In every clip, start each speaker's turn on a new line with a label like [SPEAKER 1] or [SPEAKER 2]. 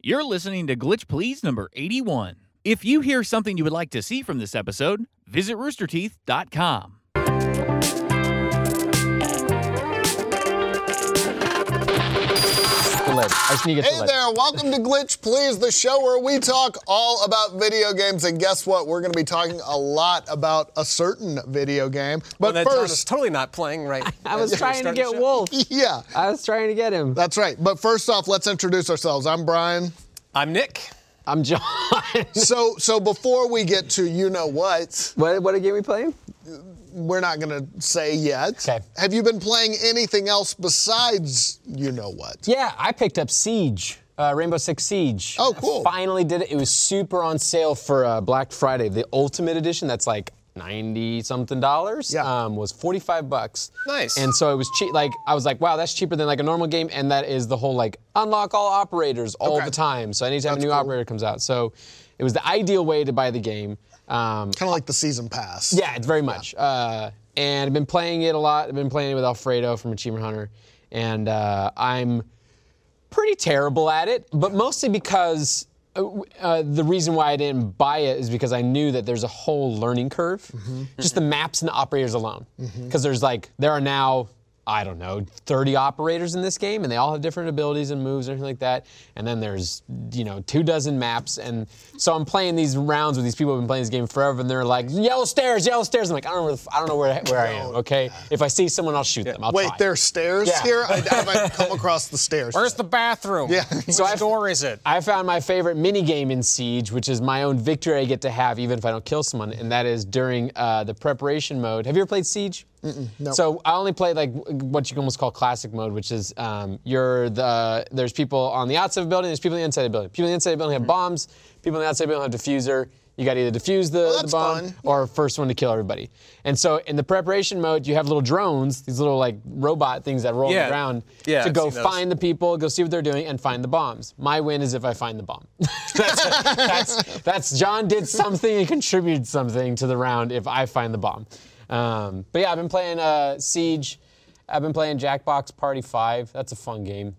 [SPEAKER 1] You're listening to Glitch Please number 81. If you hear something you would like to see from this episode, visit roosterteeth.com.
[SPEAKER 2] the lid. I just need to get
[SPEAKER 3] Hey
[SPEAKER 2] the lid.
[SPEAKER 3] there, welcome to Glitch Please, the show where we talk all about video games. And guess what? We're going to be talking a lot about a certain video
[SPEAKER 2] Oh,
[SPEAKER 3] game. But
[SPEAKER 4] that John is
[SPEAKER 3] first,
[SPEAKER 4] totally not playing right.
[SPEAKER 2] I was trying to get Wolf.
[SPEAKER 3] yeah,
[SPEAKER 2] I was trying to get him.
[SPEAKER 3] that's right. But first off, let's introduce ourselves. I'm Brian.
[SPEAKER 4] I'm Nick.
[SPEAKER 2] I'm John.
[SPEAKER 3] So, so before we get to you know what,
[SPEAKER 2] what, what game we playing?
[SPEAKER 3] we're not going to say yet.
[SPEAKER 2] Okay.
[SPEAKER 3] Have you been playing anything else besides you know what?
[SPEAKER 2] Yeah, I picked up Siege, uh, Rainbow Six Siege.
[SPEAKER 3] Oh, cool.
[SPEAKER 2] I finally did it. It was super on sale for uh, Black Friday. The Ultimate Edition, that's like 90 something dollars,
[SPEAKER 3] Yeah.
[SPEAKER 2] um, was 45 bucks.
[SPEAKER 4] Nice.
[SPEAKER 2] And so it was cheap. Like, I was like, wow, that's cheaper than like a normal game. And that is the whole like unlock all operators all
[SPEAKER 3] Okay.
[SPEAKER 2] the time. So anytime
[SPEAKER 3] That's
[SPEAKER 2] a new
[SPEAKER 3] cool.
[SPEAKER 2] operator comes out. So it was the ideal way to buy the game. Um,
[SPEAKER 3] Kind of like the season pass.
[SPEAKER 2] Yeah, it's very much. Uh, and I've been playing it a lot. I've been playing it with Alfredo from Achievement Hunter, and uh, I'm pretty terrible at it, but mostly because. uh, w- Uh, the reason why I didn't buy it is because I knew that there's a whole learning curve, just the maps and the operators alone. Because there's like there are now I don't know 30 operators in this game, and they all have different abilities and moves and everything like that. And then there's you know two dozen maps, and so I'm playing these rounds with these people who've been playing this game forever, and they're like yellow stairs, yellow stairs. I'm like I don't know where, the f- I don't know where, where I am. Okay, if I see someone, I'll shoot them. I'll
[SPEAKER 3] Wait,
[SPEAKER 2] try.
[SPEAKER 3] there's stairs
[SPEAKER 2] Yeah.
[SPEAKER 3] here? I, I might come across the stairs.
[SPEAKER 4] Where's the bathroom? Yeah. Which
[SPEAKER 2] So I've-
[SPEAKER 4] door is it?
[SPEAKER 2] I found my favorite mini game in Siege, which is my own victory I get to have even if I don't kill someone, and that is during uh, the preparation mode. Have you ever played Siege? Mm-mm, no. So I only play like w- what you can almost call classic mode, which is um, you're the there's people on the outside of the building, there's people on the inside of the building. People on the inside of the building have bombs. People on the outside of the building have diffuser. You got to either defuse the, the
[SPEAKER 3] that's
[SPEAKER 2] bomb
[SPEAKER 3] fun.
[SPEAKER 2] or first one to kill everybody. And so in the preparation mode, you have little drones, these little like robot things that roll on
[SPEAKER 4] Yeah.
[SPEAKER 2] the ground
[SPEAKER 4] Yeah,
[SPEAKER 2] to
[SPEAKER 4] I've
[SPEAKER 2] go
[SPEAKER 4] seen those.
[SPEAKER 2] find the people, go see what they're doing, and find the bombs. My win is if I find the bomb. that's, that's, that's John did something and contributed something to the round if I find the bomb. Um, but yeah, I've been playing uh, Siege. I've been playing Jackbox Party 5. That's a fun game.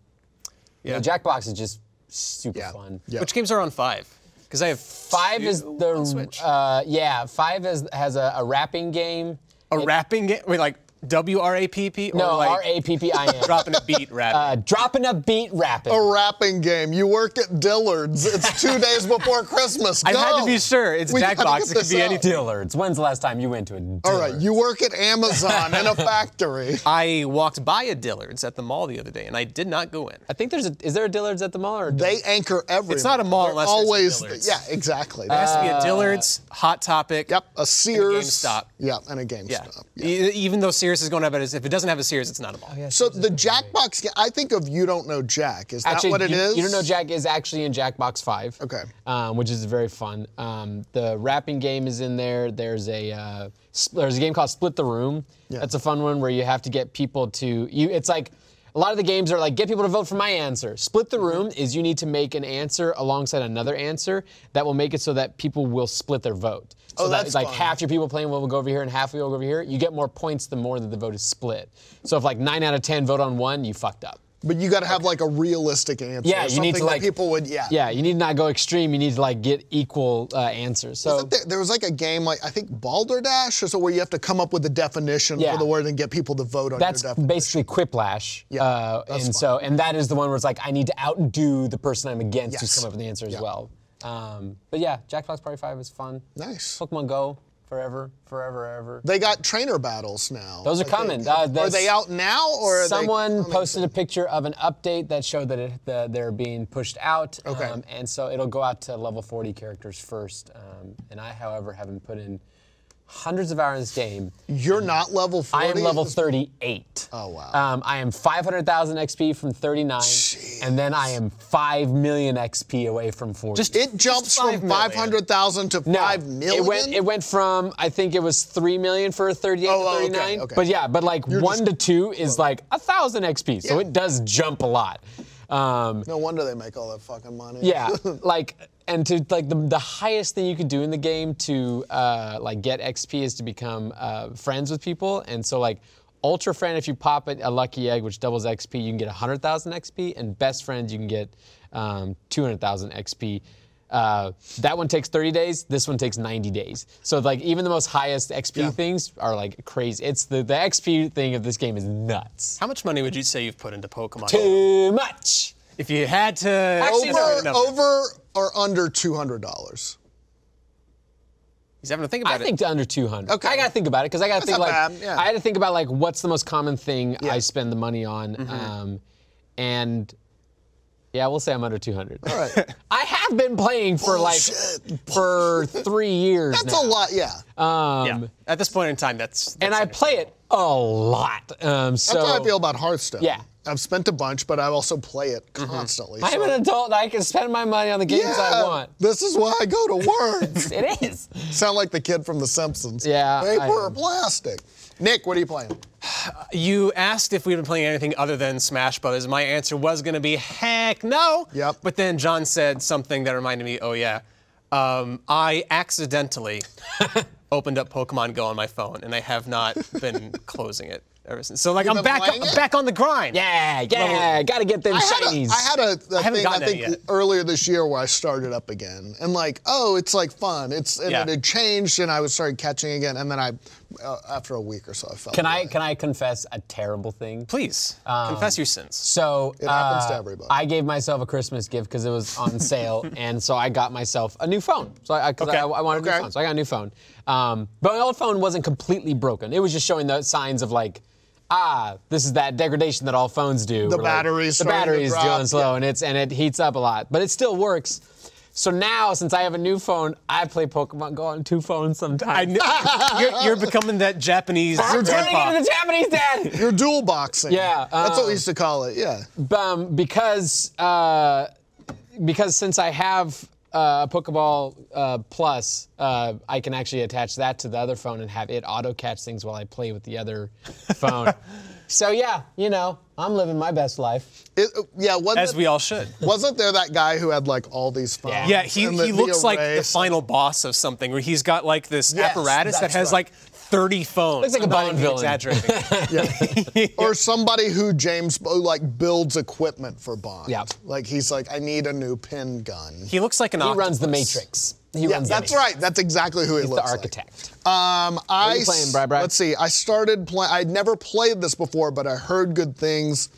[SPEAKER 4] Yeah.
[SPEAKER 2] The Jackbox is just super
[SPEAKER 3] Yeah.
[SPEAKER 2] fun.
[SPEAKER 3] Yeah.
[SPEAKER 4] Which games are on five? Because I have
[SPEAKER 2] Five
[SPEAKER 4] two
[SPEAKER 2] is
[SPEAKER 4] on
[SPEAKER 2] the
[SPEAKER 4] Switch.
[SPEAKER 2] uh, yeah. Five is, has a, a rapping game.
[SPEAKER 4] a rapping game. Wait, like W R A P P or
[SPEAKER 2] No,
[SPEAKER 4] like
[SPEAKER 2] R A P P I N.
[SPEAKER 4] dropping a beat rap.
[SPEAKER 2] Uh, dropping a beat, rapping.
[SPEAKER 3] a rapping game. You work at Dillard's. It's two days before Christmas.
[SPEAKER 4] I had
[SPEAKER 3] Go.
[SPEAKER 4] to be sure. It's
[SPEAKER 3] We gotta
[SPEAKER 4] Jackbox.
[SPEAKER 3] get
[SPEAKER 4] It could
[SPEAKER 3] this
[SPEAKER 4] be
[SPEAKER 3] out.
[SPEAKER 4] anything.
[SPEAKER 2] Dillard's. When's the last time you went to a Dillard's?
[SPEAKER 3] All right, you work at Amazon in a factory.
[SPEAKER 4] I walked by a Dillard's at the mall the other day, and I did not go in.
[SPEAKER 2] I think there's a. Is there a Dillard's at the mall or? a Dillard's?
[SPEAKER 3] They anchor everything.
[SPEAKER 4] not a mall
[SPEAKER 3] They're
[SPEAKER 4] unless it's a
[SPEAKER 3] always.
[SPEAKER 4] Dillard's. Uh,
[SPEAKER 3] yeah, exactly.
[SPEAKER 4] It has to be a Dillard's, Hot Topic.
[SPEAKER 3] yep, a Sears.
[SPEAKER 4] GameStop.
[SPEAKER 3] Yeah, and a
[SPEAKER 4] Yeah.
[SPEAKER 3] GameStop. Yeah.
[SPEAKER 4] E- Even though Sears is going up, as if it doesn't have a Sears, it's not a mall.
[SPEAKER 3] So the Jackbox. ga- I think of you don't know Jack. Is that
[SPEAKER 2] actually,
[SPEAKER 3] what it
[SPEAKER 2] you,
[SPEAKER 3] is?
[SPEAKER 2] you don't know Jack is actually in Jackbox Five.
[SPEAKER 3] Okay.
[SPEAKER 2] Um, which is very fun. Um, the rapping game is in there. There's a uh, s- there's a game called Split the Room.
[SPEAKER 3] Yeah.
[SPEAKER 2] That's a fun one where you have to get people to you. It's like. A lot of the games are like get people to vote for my answer. Split the room is you need to make an answer alongside another answer that will make it so that people will split their vote. So
[SPEAKER 3] Oh,
[SPEAKER 2] that
[SPEAKER 3] that's
[SPEAKER 2] like
[SPEAKER 3] fun.
[SPEAKER 2] half half your people playing will go over here and half will go over here, you get more points the more that the vote is split. So if like nine out of ten vote on one, you fucked up.
[SPEAKER 3] But you got to have like a realistic answer.
[SPEAKER 2] Yeah,
[SPEAKER 3] or
[SPEAKER 2] you need to,
[SPEAKER 3] something that
[SPEAKER 2] like-
[SPEAKER 3] people would. Yeah.
[SPEAKER 2] Yeah, you need to not go extreme. You need to like get equal uh, answers. So
[SPEAKER 3] But There, there was like a game like I think Balderdash or so where you have to come up with the definition
[SPEAKER 2] Yeah.
[SPEAKER 3] for the word and get people to vote on
[SPEAKER 2] that's
[SPEAKER 3] your definition.
[SPEAKER 2] basically Quiplash.
[SPEAKER 3] Yeah,
[SPEAKER 2] uh, and
[SPEAKER 3] that's fun.
[SPEAKER 2] so and that is the one where it's like I need to outdo the person I'm against
[SPEAKER 3] Yes.
[SPEAKER 2] who's come up with the answer as
[SPEAKER 3] Yeah.
[SPEAKER 2] well. Um, but yeah, Jackbox Party Five is fun.
[SPEAKER 3] Nice.
[SPEAKER 2] Pokemon Go forever, forever, ever.
[SPEAKER 3] They got trainer battles now.
[SPEAKER 2] Those are
[SPEAKER 3] I
[SPEAKER 2] coming.
[SPEAKER 3] think.
[SPEAKER 2] Uh,
[SPEAKER 3] are
[SPEAKER 2] that's-
[SPEAKER 3] they out now or are they
[SPEAKER 2] someone
[SPEAKER 3] coming?
[SPEAKER 2] posted a picture of an update that showed that it, the, they're being pushed out. um,
[SPEAKER 3] Okay.
[SPEAKER 2] and so it'll go out to level 40 characters first. Um, and I, however, haven't put in hundreds of hours in this game.
[SPEAKER 3] You're not level 40.
[SPEAKER 2] I am level 38.
[SPEAKER 3] Oh, wow.
[SPEAKER 2] Um, I am 500,000 XP from 39, and then I am 5 million XP away from 40.
[SPEAKER 3] It jumps
[SPEAKER 4] five
[SPEAKER 3] from
[SPEAKER 4] million.
[SPEAKER 3] 500,000 to
[SPEAKER 2] No,
[SPEAKER 3] 5 million.
[SPEAKER 2] It went, it went from I think it was three million for 38
[SPEAKER 3] Oh, oh,
[SPEAKER 2] to
[SPEAKER 3] okay,
[SPEAKER 2] 39.
[SPEAKER 3] okay.
[SPEAKER 2] But yeah, but like one to two is like a thousand XP, so
[SPEAKER 3] Yeah.
[SPEAKER 2] it does jump a lot. Um,
[SPEAKER 3] no wonder they make all that fucking money.
[SPEAKER 2] yeah, like and to like the, the highest thing you could do in the game to uh, like get XP is to become uh, friends with people, and so like Ultra Friend, if you pop it, a lucky egg, which doubles XP, you can get 100,000 XP. And Best Friend, you can get um, 200,000 XP. Uh, that one takes 30 days. This one takes 90 days. So like even the most highest XP things are like crazy. It's the, the XP thing of this game is nuts.
[SPEAKER 4] How much money would you say you've put into Pokemon?
[SPEAKER 2] Too much.
[SPEAKER 4] If you had to. Actually, no,
[SPEAKER 3] Over,
[SPEAKER 4] no.
[SPEAKER 3] over or under two hundred dollars.
[SPEAKER 4] He's having to think
[SPEAKER 2] I
[SPEAKER 4] about it.
[SPEAKER 2] think to under 200.
[SPEAKER 3] Okay.
[SPEAKER 2] I gotta think about it because I gotta think
[SPEAKER 3] not
[SPEAKER 2] like
[SPEAKER 3] bad, yeah.
[SPEAKER 2] I had to think about like what's the most common thing I spend the money on,
[SPEAKER 3] Mm-hmm.
[SPEAKER 2] um, and yeah, we'll say I'm under 200. All
[SPEAKER 3] right.
[SPEAKER 2] I have been playing for like for three years
[SPEAKER 3] Oh, That's
[SPEAKER 2] now.
[SPEAKER 3] a lot. Yeah.
[SPEAKER 4] yeah.
[SPEAKER 2] um,
[SPEAKER 4] At this point in time, that's.
[SPEAKER 2] and I play it a lot. Um, so
[SPEAKER 3] That's how I feel about Hearthstone.
[SPEAKER 2] Yeah.
[SPEAKER 3] I've spent a bunch, but I also play it constantly.
[SPEAKER 2] I'm
[SPEAKER 3] so-
[SPEAKER 2] an adult. and I can spend my money on the games I want.
[SPEAKER 3] This is why I go to work.
[SPEAKER 2] It is.
[SPEAKER 3] Sound like the kid from The Simpsons.
[SPEAKER 2] Yeah, I
[SPEAKER 3] Paper or
[SPEAKER 2] am.
[SPEAKER 3] plastic? Nick, what are you playing?
[SPEAKER 4] You asked if we've been playing anything other than Smash Brothers. My answer was going to be heck no.
[SPEAKER 3] Yep.
[SPEAKER 4] But then John said something that reminded me, oh yeah, um, I accidentally opened up Pokemon Go on my phone, and I have not been closing it ever since. So like I'm
[SPEAKER 3] been
[SPEAKER 4] back,
[SPEAKER 3] playing it?
[SPEAKER 4] back on the grind.
[SPEAKER 2] Yeah, yeah. Gotta get them
[SPEAKER 3] I had
[SPEAKER 2] shinies.
[SPEAKER 3] a, I had a, a
[SPEAKER 4] haven't
[SPEAKER 3] thing I
[SPEAKER 4] gotten any
[SPEAKER 3] think
[SPEAKER 4] yet.
[SPEAKER 3] earlier this year where I started up again and like oh it's like fun it's and
[SPEAKER 4] Yeah.
[SPEAKER 3] it had changed and I was started catching again and then I uh, after a week or so I felt
[SPEAKER 2] can I can I confess a terrible thing?
[SPEAKER 4] Please
[SPEAKER 2] Um,
[SPEAKER 4] confess your sins.
[SPEAKER 2] So it
[SPEAKER 3] happens to everybody.
[SPEAKER 2] I gave myself a Christmas gift because it was on sale, and so I got myself a new phone. So I, 'cause I,
[SPEAKER 4] Okay.
[SPEAKER 2] I wanted a
[SPEAKER 3] Okay.
[SPEAKER 2] new phone, so I got a new phone. Um, but my old phone wasn't completely broken. It was just showing the signs of like, ah, this is that degradation that all phones do. The
[SPEAKER 3] battery's
[SPEAKER 2] the
[SPEAKER 3] starting to
[SPEAKER 2] battery's
[SPEAKER 3] drop,
[SPEAKER 2] doing slow, and it's and it heats up a lot, but it still works. So now, since I have a new phone, I play Pokemon Go on two phones
[SPEAKER 4] I
[SPEAKER 2] sometimes.
[SPEAKER 4] know you're, you're becoming that Japanese
[SPEAKER 2] I'm turning
[SPEAKER 4] grandpa.
[SPEAKER 2] into the Japanese dad.
[SPEAKER 3] you're dual boxing
[SPEAKER 2] Yeah,
[SPEAKER 3] that's what we used to call it yeah
[SPEAKER 2] um, because uh, because since I have uh, Pokeball uh, Plus, uh, I can actually attach that to the other phone and have it auto catch things while I play with the other phone. so yeah, you know, I'm living my best life.
[SPEAKER 3] It- yeah wasn't
[SPEAKER 4] As
[SPEAKER 3] it-
[SPEAKER 4] we all should.
[SPEAKER 3] wasn't there that guy who had like all these phones
[SPEAKER 2] Yeah.
[SPEAKER 4] Yeah, he,
[SPEAKER 3] and the-
[SPEAKER 4] he
[SPEAKER 3] the
[SPEAKER 4] looks like the
[SPEAKER 3] arrays?
[SPEAKER 4] final boss of something where he's got like this
[SPEAKER 3] Yes,
[SPEAKER 4] apparatus that
[SPEAKER 3] that's
[SPEAKER 4] has
[SPEAKER 3] right.
[SPEAKER 4] like 30 phones.
[SPEAKER 2] Looks like a
[SPEAKER 4] I'm not
[SPEAKER 2] Bond
[SPEAKER 4] even
[SPEAKER 2] villain.
[SPEAKER 4] Exaggerating.
[SPEAKER 3] or somebody who James Bo- like builds equipment for Bond
[SPEAKER 2] Yeah.
[SPEAKER 3] like he's like I need a new pin gun
[SPEAKER 4] he looks like an
[SPEAKER 2] He
[SPEAKER 4] octopus.
[SPEAKER 2] runs the Matrix. He
[SPEAKER 3] yeah
[SPEAKER 2] runs
[SPEAKER 3] that's
[SPEAKER 2] the Matrix.
[SPEAKER 3] right that's exactly who he
[SPEAKER 2] He's
[SPEAKER 3] looks
[SPEAKER 2] the
[SPEAKER 3] like.
[SPEAKER 2] architect.
[SPEAKER 3] Um, I
[SPEAKER 2] you playing,
[SPEAKER 3] s-
[SPEAKER 2] Bri Bri?
[SPEAKER 3] let's see. I started playing. I'd never played this before, but I heard good things,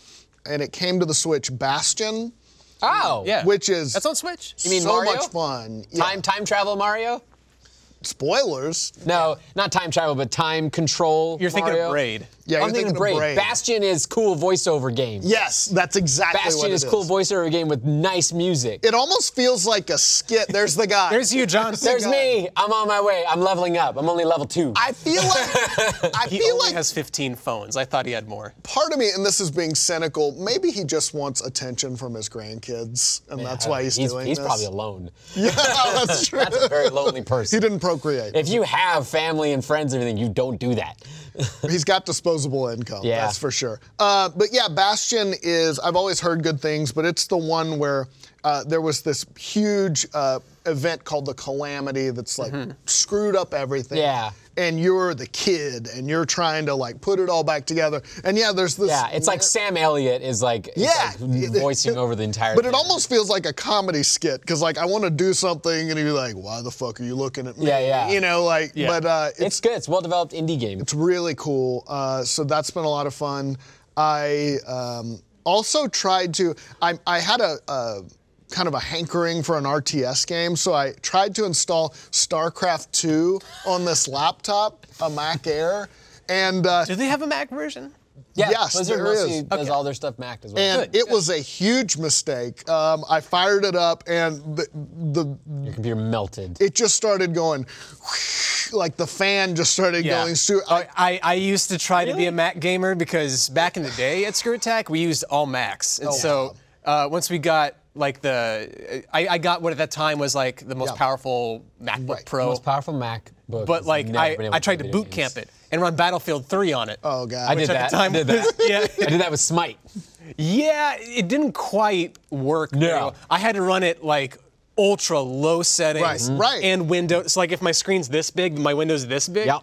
[SPEAKER 3] and it came to the Switch. Bastion,
[SPEAKER 2] Oh,
[SPEAKER 4] Yeah.
[SPEAKER 3] which is
[SPEAKER 4] That's on Switch.
[SPEAKER 2] mean
[SPEAKER 3] so
[SPEAKER 2] Mario?
[SPEAKER 3] much fun. Yeah.
[SPEAKER 2] Time time travel Mario?
[SPEAKER 3] spoilers.
[SPEAKER 2] No, not time travel, but time control.
[SPEAKER 4] You're thinking of
[SPEAKER 2] Mario.
[SPEAKER 4] Braid.
[SPEAKER 3] Yeah,
[SPEAKER 2] I'm
[SPEAKER 3] you're
[SPEAKER 2] thinking, of Braid. Bastion is cool voiceover game.
[SPEAKER 3] Yes, that's exactly what
[SPEAKER 2] Bastion
[SPEAKER 3] it
[SPEAKER 2] is cool
[SPEAKER 3] is.
[SPEAKER 2] voiceover game with nice music.
[SPEAKER 3] It almost feels like a skit. There's the guy.
[SPEAKER 4] There's you, John.
[SPEAKER 2] There's me. I'm on my way. I'm leveling up. I'm only level two.
[SPEAKER 3] I feel like I
[SPEAKER 4] He
[SPEAKER 3] feel
[SPEAKER 4] only
[SPEAKER 3] like
[SPEAKER 4] has 15 phones. I thought he had more.
[SPEAKER 3] part of me, and this is being cynical. Maybe he just wants attention from his grandkids, and that's why he's,
[SPEAKER 2] he's
[SPEAKER 3] doing
[SPEAKER 2] he's
[SPEAKER 3] this.
[SPEAKER 2] probably alone.
[SPEAKER 3] yeah, that's true.
[SPEAKER 2] That's a very lonely
[SPEAKER 3] he
[SPEAKER 2] person.
[SPEAKER 3] didn't procreate.
[SPEAKER 2] if you have family and friends and everything, you don't do that.
[SPEAKER 3] He's got disposable income.
[SPEAKER 2] Yeah.
[SPEAKER 3] That's for sure. Uh, but yeah, Bastion is, I've always heard good things, but it's the one where uh, there was this huge uh, event called the Calamity that's like screwed up everything.
[SPEAKER 2] Mm-hmm. Yeah.
[SPEAKER 3] And you're the kid and you're trying to like put it all back together. And yeah, there's this.
[SPEAKER 2] Yeah, it's like Sam Elliott is like, is
[SPEAKER 3] Yeah.
[SPEAKER 2] like voicing over the entire.
[SPEAKER 3] But it
[SPEAKER 2] thing.
[SPEAKER 3] almost feels like a comedy skit because, like, I want to do something, and you're like, "Why the fuck are you looking at me?"
[SPEAKER 2] Yeah, yeah.
[SPEAKER 3] You know, like, but uh, it's
[SPEAKER 2] It's good. It's a well-developed indie game.
[SPEAKER 3] It's really cool. Uh, so that's been a lot of fun. I um, also tried to. I, I had a, a kind of a hankering for an RTS game, so I tried to install StarCraft 2 on this laptop, a Mac Air, and uh,
[SPEAKER 4] Do they have a Mac version?
[SPEAKER 2] Yeah,
[SPEAKER 3] yes,
[SPEAKER 2] Blizzard
[SPEAKER 3] there
[SPEAKER 2] mostly
[SPEAKER 3] is.
[SPEAKER 2] does all their stuff Mac as well.
[SPEAKER 3] and it was a huge mistake. Um, I fired it up, and the, the
[SPEAKER 2] Your computer melted.
[SPEAKER 3] it just started going. Like the fan just started
[SPEAKER 4] Yeah.
[SPEAKER 3] going. Su-
[SPEAKER 4] I, I, I used to try to be a Mac gamer because back in the day at Screw Attack, we used all Macs.
[SPEAKER 3] Oh,
[SPEAKER 4] And so uh, once we got like the, I, I got what at that time was like the most
[SPEAKER 3] Yeah.
[SPEAKER 4] powerful MacBook
[SPEAKER 3] Right.
[SPEAKER 4] Pro.
[SPEAKER 2] Most powerful Mac book.
[SPEAKER 4] but
[SPEAKER 2] has
[SPEAKER 4] like
[SPEAKER 2] never
[SPEAKER 4] I,
[SPEAKER 2] been able
[SPEAKER 4] I tried to
[SPEAKER 2] play
[SPEAKER 4] boot
[SPEAKER 2] video games.
[SPEAKER 4] camp it and run Battlefield 3 on it.
[SPEAKER 3] oh god!
[SPEAKER 2] I did that.
[SPEAKER 4] at the time
[SPEAKER 2] did that.
[SPEAKER 4] was- yeah.
[SPEAKER 2] I did that with Smite.
[SPEAKER 4] Yeah, it didn't quite work. very
[SPEAKER 2] No.
[SPEAKER 4] well. I had to run it like ultra low settings
[SPEAKER 3] Right, Mhm. right.
[SPEAKER 4] and windows. So like if my screen's this big, my window's this big.
[SPEAKER 2] Yep.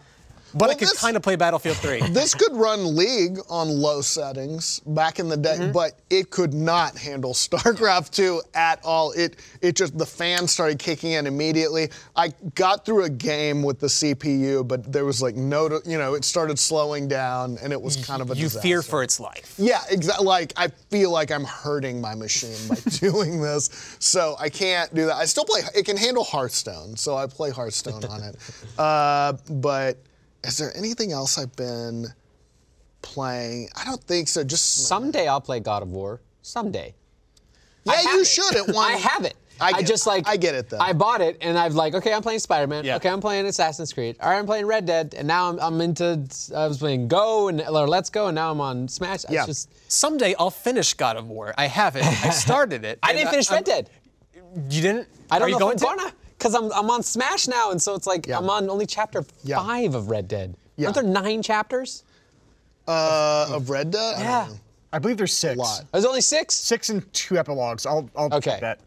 [SPEAKER 4] But I could
[SPEAKER 3] this-
[SPEAKER 4] kind of play Battlefield 3.
[SPEAKER 3] This could run League on low settings back in the day,
[SPEAKER 4] Mm-hmm.
[SPEAKER 3] but it could not handle StarCraft 2 at all. It it just the fans started kicking in immediately. I got through a game with the CPU, but there was like no, you know, it started slowing down, and it was kind of a
[SPEAKER 4] you
[SPEAKER 3] disaster.
[SPEAKER 4] fear for its life.
[SPEAKER 3] Yeah, exactly. Like I feel like I'm hurting my machine by doing this, so I can't do that. I still play. It can handle Hearthstone, so I play Hearthstone on it. Uh, but is there anything else I've been playing? I don't think so. Just
[SPEAKER 2] Someday I'll play God of War. Someday. I
[SPEAKER 3] yeah,
[SPEAKER 2] have
[SPEAKER 3] you
[SPEAKER 2] it.
[SPEAKER 3] should at one.
[SPEAKER 2] I have it.
[SPEAKER 3] I
[SPEAKER 2] I,
[SPEAKER 3] get-
[SPEAKER 2] just like
[SPEAKER 3] I get it, though.
[SPEAKER 2] I bought it and I've like okay I'm playing Spider Man.
[SPEAKER 4] Yeah.
[SPEAKER 2] Okay I'm playing Assassin's Creed. All right I'm playing Red Dead and now I'm, I'm into I was playing Go and or Let's Go and now I'm on Smash.
[SPEAKER 3] Yeah.
[SPEAKER 2] It's just
[SPEAKER 4] Someday I'll finish God of War. I have it. I started it.
[SPEAKER 2] I
[SPEAKER 4] and
[SPEAKER 2] didn't finish
[SPEAKER 4] I'm-
[SPEAKER 2] Red Dead.
[SPEAKER 4] You didn't?
[SPEAKER 2] I don't
[SPEAKER 4] Are
[SPEAKER 2] know
[SPEAKER 4] you
[SPEAKER 2] if
[SPEAKER 4] going
[SPEAKER 2] I'm
[SPEAKER 4] to?
[SPEAKER 2] gonna because I'm I'm on Smash now and so it's like I'm on only chapter
[SPEAKER 3] Yeah.
[SPEAKER 2] five of Red Dead.
[SPEAKER 3] Yeah.
[SPEAKER 2] Aren't there nine chapters?
[SPEAKER 3] uh, of Red Dead. I don't
[SPEAKER 2] Yeah.
[SPEAKER 3] know.
[SPEAKER 5] I believe there's six.
[SPEAKER 3] lot.
[SPEAKER 2] There's only six.
[SPEAKER 5] Six and two epilogues. I'll I'll
[SPEAKER 2] Okay.
[SPEAKER 5] check that.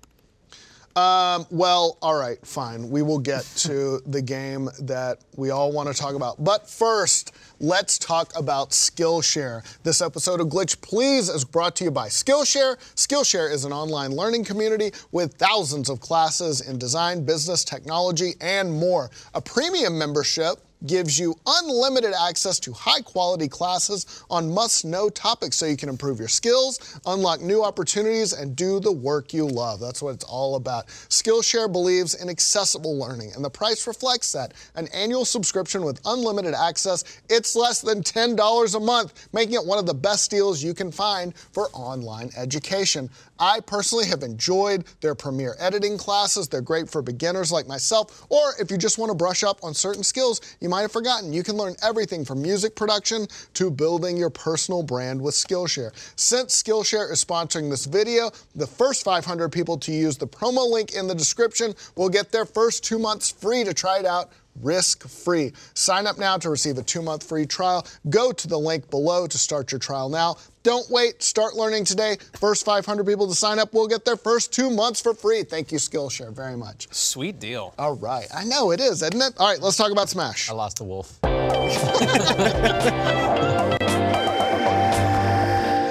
[SPEAKER 3] Um, Well, all right, fine. We will get to the game that we all want to talk about. But first, let's talk about Skillshare. This episode of Glitch Please is brought to you by Skillshare. Skillshare is an online learning community with thousands of classes in design, business, technology, and more. A premium membership gives you unlimited access to high quality classes on must know topics so you can improve your skills, unlock new opportunities, and do the work you love. That's what it's all about. Skillshare believes in accessible learning, and the price reflects that. An annual subscription with unlimited access, it's less than $10 a month, making it one of the best deals you can find for online education. I personally have enjoyed their premier editing classes. They're great for beginners like myself, or if you just want to brush up on certain skills you might have forgotten. You can learn everything from music production to building your personal brand with Skillshare. Since Skillshare is sponsoring this video, the first 500 people to use the promo link in the description will get their first two months free to try it out risk free. Sign up now to receive a two month free trial. Go to the link below to start your trial now. Don't wait, start learning today. First 500 people to sign up will get their first two months for free. Thank you, Skillshare, very much.
[SPEAKER 4] Sweet deal.
[SPEAKER 3] All right, I know it is, isn't it? All right, let's talk about Smash.
[SPEAKER 2] I lost the wolf.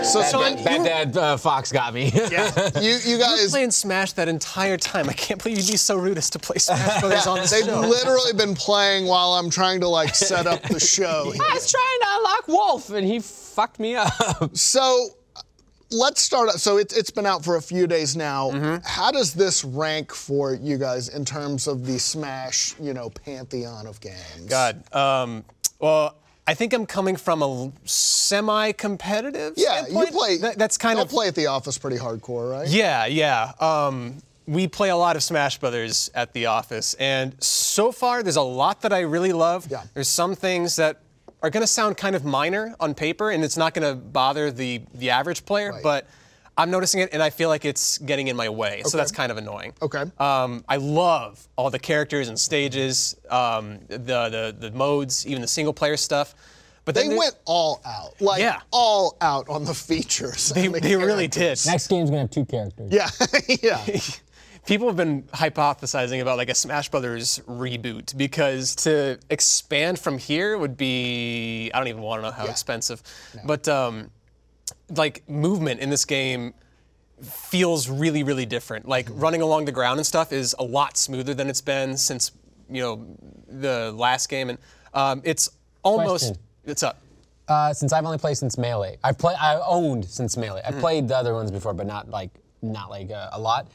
[SPEAKER 3] So, Sean,
[SPEAKER 2] Bad Dad uh, Fox got me.
[SPEAKER 3] you, you
[SPEAKER 4] I was
[SPEAKER 3] guys,
[SPEAKER 4] playing Smash that entire time. I can't believe you'd be so rude as to play Smash Brothers on the
[SPEAKER 3] they've
[SPEAKER 4] show.
[SPEAKER 3] literally been playing while I'm trying to like set up the show. here.
[SPEAKER 2] I was trying to unlock Wolf and he fucked me up.
[SPEAKER 3] So uh, let's start. out- So it, it's been out for a few days now.
[SPEAKER 2] Mm-hmm.
[SPEAKER 3] How does this rank for you guys in terms of the Smash, you know, pantheon of games?
[SPEAKER 4] God. Um, well, I think I'm coming from a semi-competitive.
[SPEAKER 3] Yeah, you
[SPEAKER 4] standpoint.
[SPEAKER 3] play.
[SPEAKER 4] That- that's kind
[SPEAKER 3] you'll
[SPEAKER 4] of.
[SPEAKER 3] play at the office pretty hardcore, right?
[SPEAKER 4] Yeah, yeah. Um, we play a lot of Smash Brothers at the office, and so far there's a lot that I really love.
[SPEAKER 3] Yeah.
[SPEAKER 4] There's some things that are going to sound kind of minor on paper, and it's not going to bother the the average player,
[SPEAKER 3] Right.
[SPEAKER 4] but. I'm noticing it, and I feel like it's getting in my way, so that's kind of annoying.
[SPEAKER 3] Okay.
[SPEAKER 4] Um, I love all the characters and stages, um, the, the the modes, even the single player stuff. But
[SPEAKER 3] They
[SPEAKER 4] then there-
[SPEAKER 3] went all out, like
[SPEAKER 4] Yeah.
[SPEAKER 3] all out on the features.
[SPEAKER 4] They,
[SPEAKER 3] and the
[SPEAKER 4] they really
[SPEAKER 3] characters.
[SPEAKER 4] did.
[SPEAKER 2] Next game's gonna have two characters.
[SPEAKER 3] Yeah, yeah.
[SPEAKER 4] people have been hypothesizing about like a Smash Brothers reboot because to expand from here would be I don't even want to know how expensive, but um, like movement in this game feels really really different. Like
[SPEAKER 2] Mm-hmm.
[SPEAKER 4] running along the ground and stuff is a lot smoother than it's been since you know the last game, and um, it's almost
[SPEAKER 2] Question.
[SPEAKER 4] it's up.
[SPEAKER 2] Uh, since I've only played since Melee, I've played, I owned since Melee.
[SPEAKER 3] Hmm.
[SPEAKER 2] I played the other ones before, but not like, not like uh, a lot.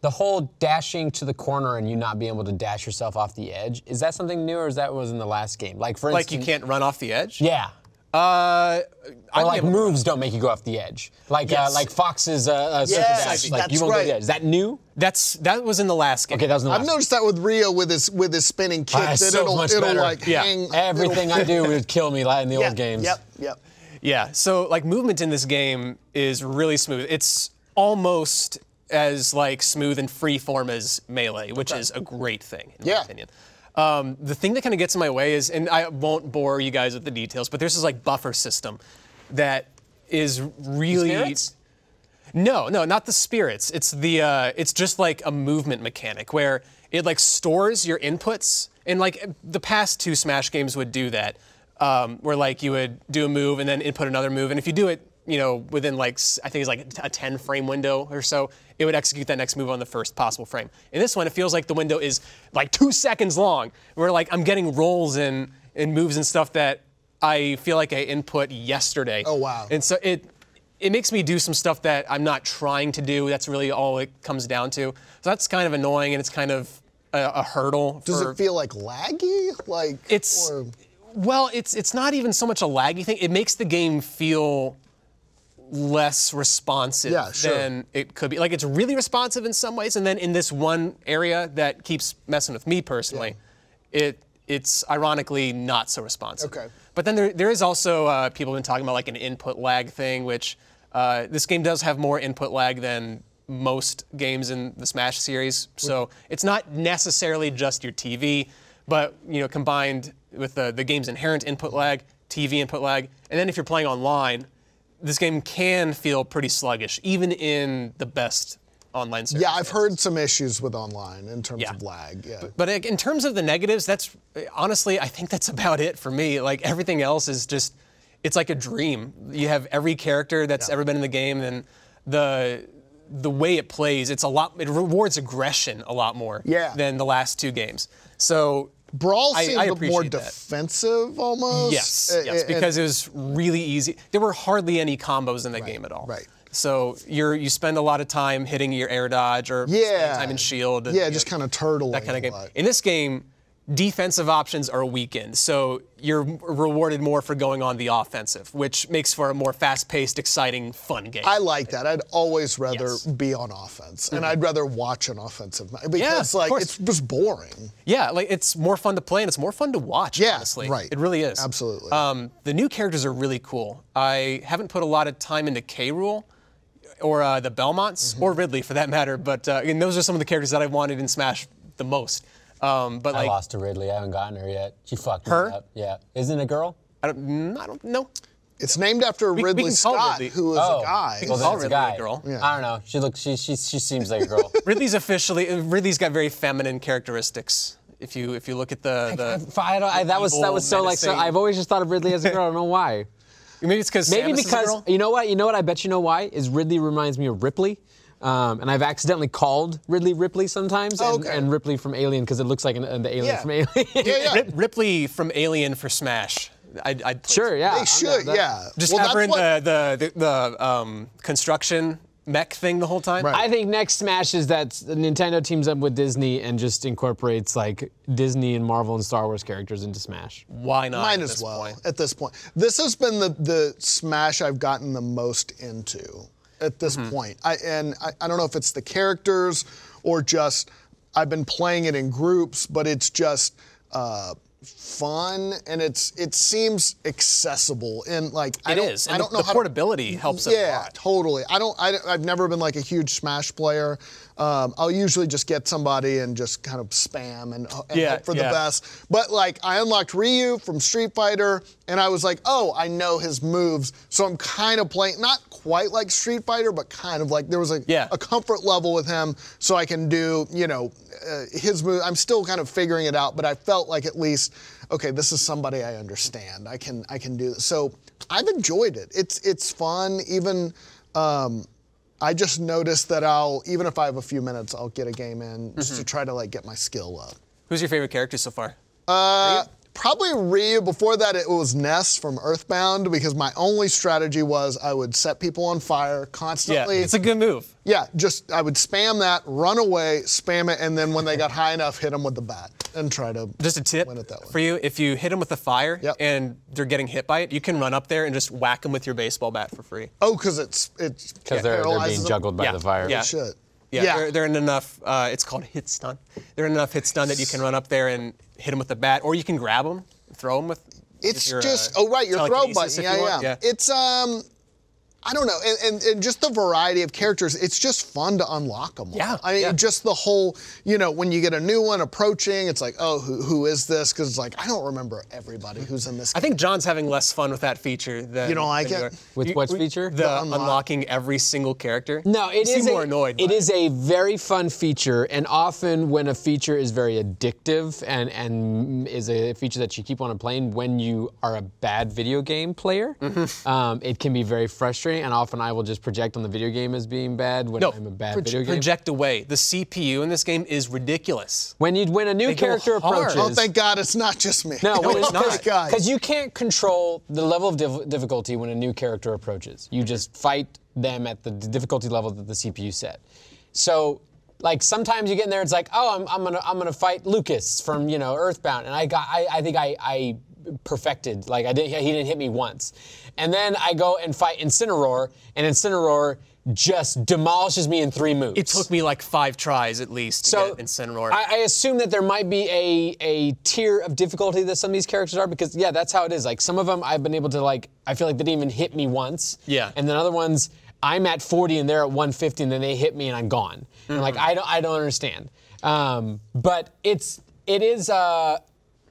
[SPEAKER 2] The whole dashing to the corner and you not being able to dash yourself off the edge is that something new or is that was in the last game? Like for
[SPEAKER 4] Like you
[SPEAKER 2] instance-
[SPEAKER 4] can't run off the edge.
[SPEAKER 2] Yeah.
[SPEAKER 4] Uh,
[SPEAKER 2] Or
[SPEAKER 4] I'd be
[SPEAKER 2] like
[SPEAKER 4] able to-
[SPEAKER 2] moves don't make you go off the edge. Like uh,
[SPEAKER 4] Yes.
[SPEAKER 2] like Fox's uh, uh, circle
[SPEAKER 3] Yes,
[SPEAKER 2] dash. Like
[SPEAKER 3] that's
[SPEAKER 2] you won't go to the
[SPEAKER 3] right.
[SPEAKER 2] edge. Is that new?
[SPEAKER 4] That's that was in the last game.
[SPEAKER 2] Okay, that was in the
[SPEAKER 3] I've
[SPEAKER 2] last.
[SPEAKER 3] noticed that with Rio with his with his spinning kick
[SPEAKER 2] Ah,
[SPEAKER 3] that
[SPEAKER 2] so
[SPEAKER 3] it'll
[SPEAKER 2] much
[SPEAKER 3] it'll
[SPEAKER 2] better.
[SPEAKER 3] like
[SPEAKER 4] Yeah.
[SPEAKER 3] hang it'll-
[SPEAKER 2] Everything I do would kill me like in the
[SPEAKER 3] yeah,
[SPEAKER 2] old games.
[SPEAKER 3] Yep, yep.
[SPEAKER 4] Yeah, so like movement in this game is really smooth. It's almost as like smooth and free form as melee, which is a great thing in
[SPEAKER 3] Yeah.
[SPEAKER 4] my opinion. Um, the thing that kind of gets in my way is, and I won't bore you guys with the details, but there's this like buffer system that is really
[SPEAKER 2] Spirits?
[SPEAKER 4] no, no, not the spirits. It's the uh, it's just like a movement mechanic where it like stores your inputs And like the past two Smash games would do that, um, where like you would do a move and then input another move, and if you do it, you know, within like s- I think it's like a 10 frame window or so, it would execute that next move on the first possible frame. In this one, it feels like the window is like two seconds long. Where like I'm getting rolls and and moves and stuff that I feel like I input yesterday.
[SPEAKER 3] Oh, wow.
[SPEAKER 4] And so it it makes me do some stuff that I'm not trying to do. That's really all it comes down to. So that's kind of annoying, and it's kind of a, a hurdle.
[SPEAKER 3] Does
[SPEAKER 4] for,
[SPEAKER 3] it feel like laggy? Like
[SPEAKER 4] It's
[SPEAKER 3] or-
[SPEAKER 4] well, it's it's not even so much a laggy thing. It makes the game feel less responsive
[SPEAKER 3] Yeah, sure.
[SPEAKER 4] than it could be. Like it's really responsive in some ways, and then in this one area that keeps messing with me personally, it it's ironically not so responsive.
[SPEAKER 3] Okay.
[SPEAKER 4] But then there, there is also uh, people have been talking about like an input lag thing, which uh, this game does have more input lag than most games in the Smash series. So it's not necessarily just your TV, but you know combined with the, the game's inherent input lag, TV input lag, and then if you're playing online, this game can feel pretty sluggish, even in the best online service.
[SPEAKER 3] yeah, I've heard some issues with online in terms
[SPEAKER 4] Yeah.
[SPEAKER 3] of lag. Yeah.
[SPEAKER 4] But like, in terms of the negatives, that's honestly, I think that's about it for me. Like everything else is just, it's like a dream. You have every character that's ever been in the game, and the the way it plays, it's a lot. It rewards aggression a lot more
[SPEAKER 3] Yeah.
[SPEAKER 4] than the last two games. So
[SPEAKER 3] Brawl
[SPEAKER 4] I-
[SPEAKER 3] seemed
[SPEAKER 4] I
[SPEAKER 3] more
[SPEAKER 4] appreciate that.
[SPEAKER 3] defensive almost.
[SPEAKER 4] yes,
[SPEAKER 3] Uh,
[SPEAKER 4] yes,
[SPEAKER 3] uh,
[SPEAKER 4] because it was really easy. There were hardly any combos in the game at all.
[SPEAKER 3] right.
[SPEAKER 4] So you're you spend a lot of time hitting your air dodge or spending
[SPEAKER 3] yeah.
[SPEAKER 4] time in shield. and,
[SPEAKER 3] Yeah,
[SPEAKER 4] you
[SPEAKER 3] just
[SPEAKER 4] know,
[SPEAKER 3] kind of turtling.
[SPEAKER 4] that kind of
[SPEAKER 3] a
[SPEAKER 4] game.
[SPEAKER 3] lot.
[SPEAKER 4] In this game, defensive options are weakened, so you're rewarded more for going on the offensive, which makes for a more fast-paced, exciting, fun game.
[SPEAKER 3] I like that. I'd always rather
[SPEAKER 4] Yes. Mm-hmm.
[SPEAKER 3] be on offense, and I'd rather watch an offensive match
[SPEAKER 4] Yeah,
[SPEAKER 3] because
[SPEAKER 4] of
[SPEAKER 3] like
[SPEAKER 4] course.
[SPEAKER 3] it's just boring.
[SPEAKER 4] yeah, like it's more fun to play and it's more fun to watch.
[SPEAKER 3] Yeah,
[SPEAKER 4] honestly,
[SPEAKER 3] right.
[SPEAKER 4] It really is.
[SPEAKER 3] Absolutely.
[SPEAKER 4] Um, the new characters are really cool. I haven't put a lot of time into K. Rule. Or uh, the Belmonts,
[SPEAKER 3] Mm-hmm.
[SPEAKER 4] or Ridley for that matter, but uh, and those are some of the characters that I wanted in Smash the most. Um, but
[SPEAKER 2] I
[SPEAKER 4] like,
[SPEAKER 2] lost to Ridley. I haven't gotten her yet. She fucked
[SPEAKER 4] Her?
[SPEAKER 2] me up. Yeah. Isn't it a girl?
[SPEAKER 4] I don't, mm, I don't know.
[SPEAKER 3] It's named after
[SPEAKER 4] we
[SPEAKER 3] Ridley
[SPEAKER 4] can call
[SPEAKER 3] Scott,
[SPEAKER 4] Ridley.
[SPEAKER 3] who is
[SPEAKER 2] Oh,
[SPEAKER 3] a guy.
[SPEAKER 2] Well,
[SPEAKER 4] Call
[SPEAKER 2] then it's
[SPEAKER 4] Ridley a
[SPEAKER 2] a guy.
[SPEAKER 4] girl.
[SPEAKER 2] I don't know. She looks. She she she seems like a girl.
[SPEAKER 4] Ridley's officially Ridley's got very feminine characteristics. If you if you look at the, the
[SPEAKER 2] F- I don't, I, that was that
[SPEAKER 4] Evil,
[SPEAKER 2] was so like so.
[SPEAKER 4] menacing.
[SPEAKER 2] I've always just thought of Ridley as a girl. I don't know why.
[SPEAKER 4] maybe it's because
[SPEAKER 2] Maybe
[SPEAKER 4] Samus is a
[SPEAKER 2] because
[SPEAKER 4] girl?
[SPEAKER 2] you know what? You know what? I bet you know why is Ridley reminds me of Ripley. Um, and I've accidentally called Ridley Ripley sometimes,
[SPEAKER 3] Oh,
[SPEAKER 2] and,
[SPEAKER 3] okay.
[SPEAKER 2] and Ripley from Alien because it looks like an, an- the alien
[SPEAKER 3] Yeah.
[SPEAKER 2] from Alien.
[SPEAKER 3] yeah, yeah.
[SPEAKER 4] Rip- Ripley from Alien for Smash. I'd, I'd play
[SPEAKER 2] sure, yeah.
[SPEAKER 3] They should, yeah.
[SPEAKER 4] Just
[SPEAKER 3] well,
[SPEAKER 4] have
[SPEAKER 3] that's
[SPEAKER 4] her in
[SPEAKER 3] what-
[SPEAKER 4] the the the, the um, construction mech thing the whole time.
[SPEAKER 3] Right.
[SPEAKER 2] I think next Smash is that s- Nintendo teams up with Disney and just incorporates like Disney and Marvel and Star Wars characters into Smash.
[SPEAKER 4] Why not?
[SPEAKER 3] Might
[SPEAKER 4] at
[SPEAKER 3] as
[SPEAKER 4] this
[SPEAKER 3] well
[SPEAKER 4] point?
[SPEAKER 3] at this point. This has been the the smash I've gotten the most into at this
[SPEAKER 4] Mm-hmm.
[SPEAKER 3] point. I and I, I don't know if it's the characters or just I've been playing it in groups, but it's just uh, fun and it's it seems accessible and like I
[SPEAKER 4] It
[SPEAKER 3] don't
[SPEAKER 4] is.
[SPEAKER 3] I
[SPEAKER 4] and
[SPEAKER 3] don't
[SPEAKER 4] the,
[SPEAKER 3] know
[SPEAKER 4] the
[SPEAKER 3] how to
[SPEAKER 4] portability helps it a
[SPEAKER 3] yeah,
[SPEAKER 4] lot.
[SPEAKER 3] totally. I don't. I, have never been like a huge Smash player. Um, I'll usually just get somebody and just kind of spam and, uh, and
[SPEAKER 4] Yeah,
[SPEAKER 3] hope for
[SPEAKER 4] yeah.
[SPEAKER 3] the best. But like, I unlocked Ryu from Street Fighter, and I was like, oh, I know his moves, so I'm kind of playing not quite like Street Fighter, but kind of like there was like
[SPEAKER 4] Yeah.
[SPEAKER 3] a comfort level with him, so I can do you know uh, his move. I'm still kind of figuring it out, but I felt like at least okay, this is somebody I understand. I can I can do this. So I've enjoyed it. It's it's fun. Even um, I just noticed that I'll even if I have a few minutes, I'll get a game in just to try to like get my skill up.
[SPEAKER 4] Who's your favorite character so far?
[SPEAKER 3] Uh, Probably Ryu. Before that, it was Ness from Earthbound because my only strategy was I would set people on fire
[SPEAKER 4] Yeah,
[SPEAKER 3] constantly.
[SPEAKER 4] it's a good move.
[SPEAKER 3] Yeah, just I would spam that, run away, spam it, and then when they got high enough, hit them with the bat and try to.
[SPEAKER 4] Just a tip
[SPEAKER 3] Win it that way.
[SPEAKER 4] for you: if you hit them with a fire
[SPEAKER 3] Yep.
[SPEAKER 4] and they're getting hit by it, you can run up there and just whack them with your baseball bat for free.
[SPEAKER 3] oh, because it's it's
[SPEAKER 2] Because they're, they're being juggled by
[SPEAKER 4] Yeah,
[SPEAKER 2] the fire.
[SPEAKER 4] yeah.
[SPEAKER 3] Shit.
[SPEAKER 4] Yeah, They're, they're in enough. Uh, it's called hit stun. They're in enough hit stun that you can run up there and hit them with the bat, or you can grab them, throw them with.
[SPEAKER 3] It's
[SPEAKER 4] with your,
[SPEAKER 3] just
[SPEAKER 4] uh,
[SPEAKER 3] oh right, your throw
[SPEAKER 4] telekinesis
[SPEAKER 3] button.
[SPEAKER 4] if
[SPEAKER 3] Yeah,
[SPEAKER 4] you
[SPEAKER 3] yeah.
[SPEAKER 4] want.
[SPEAKER 3] It's um I don't know, and, and, and just the variety of characters, it's just fun to unlock them all.
[SPEAKER 4] Yeah,
[SPEAKER 3] I mean,
[SPEAKER 4] yeah.
[SPEAKER 3] just the whole, you know, when you get a new one approaching, it's like, oh, who, who is this? Because it's like, I don't remember everybody who's in this.
[SPEAKER 4] I think John's having less fun with that feature than
[SPEAKER 3] You don't like
[SPEAKER 4] than you
[SPEAKER 3] it?
[SPEAKER 4] are.
[SPEAKER 2] With
[SPEAKER 4] You-
[SPEAKER 2] what's
[SPEAKER 4] we-
[SPEAKER 2] feature?
[SPEAKER 4] The,
[SPEAKER 2] The
[SPEAKER 4] unlocking every single character.
[SPEAKER 2] No, it is
[SPEAKER 4] you seem
[SPEAKER 2] a,
[SPEAKER 4] more annoyed.
[SPEAKER 2] It
[SPEAKER 4] by
[SPEAKER 2] is a very fun feature, and often when a feature is very addictive and and is a feature that you keep on playing when you are a bad video game player,
[SPEAKER 4] Mm-hmm.
[SPEAKER 2] um, it can be very frustrating. And often I will just project on the video game as being bad when
[SPEAKER 4] No,
[SPEAKER 2] I'm a bad
[SPEAKER 4] proj-
[SPEAKER 2] video game.
[SPEAKER 4] project away. The CPU in this game is ridiculous.
[SPEAKER 2] when you when a new
[SPEAKER 4] They go
[SPEAKER 2] character
[SPEAKER 4] hard.
[SPEAKER 2] approaches.
[SPEAKER 3] oh, thank God it's not just me.
[SPEAKER 2] No, when
[SPEAKER 3] oh,
[SPEAKER 2] it's
[SPEAKER 3] my God.
[SPEAKER 2] because you can't control the level of div- difficulty when a new character approaches. You just fight them at the d- difficulty level that the CPU set. So, like sometimes you get in there, it's like, oh, I'm, I'm gonna I'm gonna fight Lucas from you know Earthbound, and I got I, I think I I perfected like I didn't he didn't hit me once, and then I go and fight Incineroar, and Incineroar just demolishes me in three moves.
[SPEAKER 4] It took me like five tries at least to
[SPEAKER 2] So
[SPEAKER 4] get Incineroar.
[SPEAKER 2] I, I assume that there might be a a tier of difficulty that some of these characters are because yeah, that's how it is. Like some of them I've been able to like I feel like they didn't even hit me once.
[SPEAKER 4] Yeah.
[SPEAKER 2] And then other ones I'm at 40 and they're at 150 and then they hit me and I'm gone. And like I don't I don't understand. Um, but it's it is uh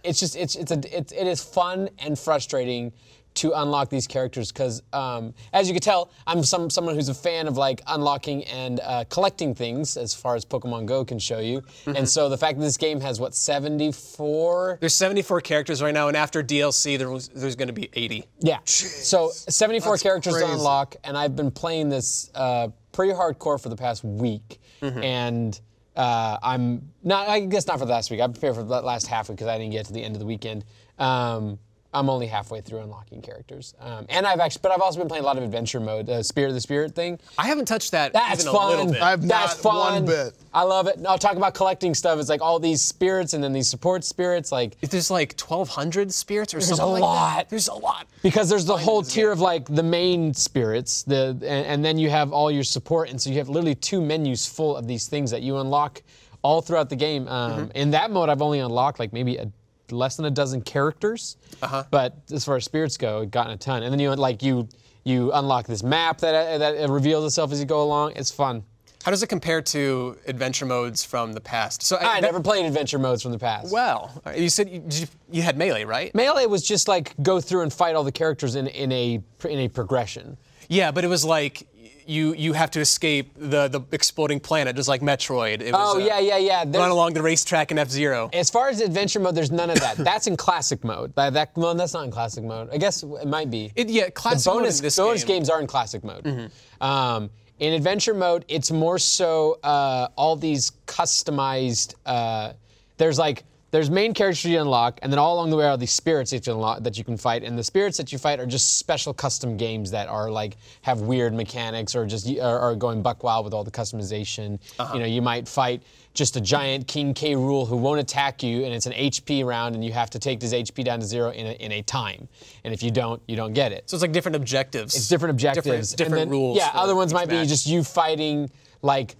[SPEAKER 2] it's just it's it's a it's, it is fun and frustrating to unlock these characters because um, as you can tell i'm some someone who's a fan of like unlocking and uh, collecting things as far as pokemon go can show you and so the fact that this game has what 74
[SPEAKER 4] there's 74 characters right now, and after DLC, there was, there's going to be 80.
[SPEAKER 2] yeah so 74 characters to
[SPEAKER 3] crazy.
[SPEAKER 2] unlock and i've been playing this uh, pretty hardcore for the past week
[SPEAKER 4] Mm-hmm.
[SPEAKER 2] and uh, i'm not i guess not for the last week i'm prepared for the last half week because i didn't get to the end of the weekend um, i'm only halfway through unlocking characters um, and i've actually but i've also been playing a lot of adventure mode uh, spirit of the spirit thing
[SPEAKER 4] I haven't touched that
[SPEAKER 2] that's
[SPEAKER 4] even a
[SPEAKER 2] fun.
[SPEAKER 4] little bit.
[SPEAKER 3] I've
[SPEAKER 2] That's
[SPEAKER 3] not
[SPEAKER 2] fun.
[SPEAKER 3] one bit.
[SPEAKER 2] I love it. I'll talk about collecting stuff. It's like all these spirits and then these support spirits. Like
[SPEAKER 4] there's like 1,200 spirits or
[SPEAKER 2] there's a
[SPEAKER 4] something like that.
[SPEAKER 2] lot.
[SPEAKER 4] There's a lot.
[SPEAKER 2] Because there's the whole tier of like the main spirits, the and, and then you have all your support, and so you have literally two menus full of these things that you unlock all throughout the game. Um,
[SPEAKER 4] Mm-hmm.
[SPEAKER 2] In that mode, I've only unlocked like maybe a, less than a dozen characters, uh-huh. but as far as spirits go, I've gotten a ton. And then you like you you unlock this map that uh, that reveals itself as you go along. It's fun.
[SPEAKER 4] How does it compare to adventure modes from the past? So
[SPEAKER 2] I
[SPEAKER 4] that-
[SPEAKER 2] never played adventure modes from the past.
[SPEAKER 4] Well, you said you, did you, you had melee, right?
[SPEAKER 2] Melee was just like go through and fight all the characters in, in a in a progression.
[SPEAKER 4] Yeah, but it was like you you have to escape the the exploding planet, just like Metroid. It was,
[SPEAKER 2] Oh
[SPEAKER 4] uh,
[SPEAKER 2] yeah, yeah, yeah. There's-
[SPEAKER 4] Run along the racetrack in F Zero.
[SPEAKER 2] As far as adventure mode, there's none of that. that's in classic mode. That, that well, that's not in classic mode. I guess it might be.
[SPEAKER 4] It- yeah, classic
[SPEAKER 2] the
[SPEAKER 4] mode
[SPEAKER 2] bonus,
[SPEAKER 4] in this
[SPEAKER 2] bonus
[SPEAKER 4] game. Mm-hmm.
[SPEAKER 2] games are in classic mode. Um, in adventure mode, it's more so uh, all these customized. Uh, there's like there's main characters you unlock, and then all along the way are these spirits that you unlock that you can fight, and the spirits that you fight are just special custom games that are like have weird mechanics or just are, are going buck wild with all the customization.
[SPEAKER 4] Uh-huh.
[SPEAKER 2] You know, you might fight just a giant King K. Rule who won't attack you, and it's an HP round, and you have to take his HP down to zero in a, in a time, and if you don't, you don't get it
[SPEAKER 4] So it's like different objectives.
[SPEAKER 2] it's different objectives,
[SPEAKER 4] Different,
[SPEAKER 2] And
[SPEAKER 4] different
[SPEAKER 2] then-
[SPEAKER 4] rules.
[SPEAKER 2] Yeah,
[SPEAKER 4] for
[SPEAKER 2] other ones
[SPEAKER 4] each
[SPEAKER 2] might be
[SPEAKER 4] match.
[SPEAKER 2] just you fighting like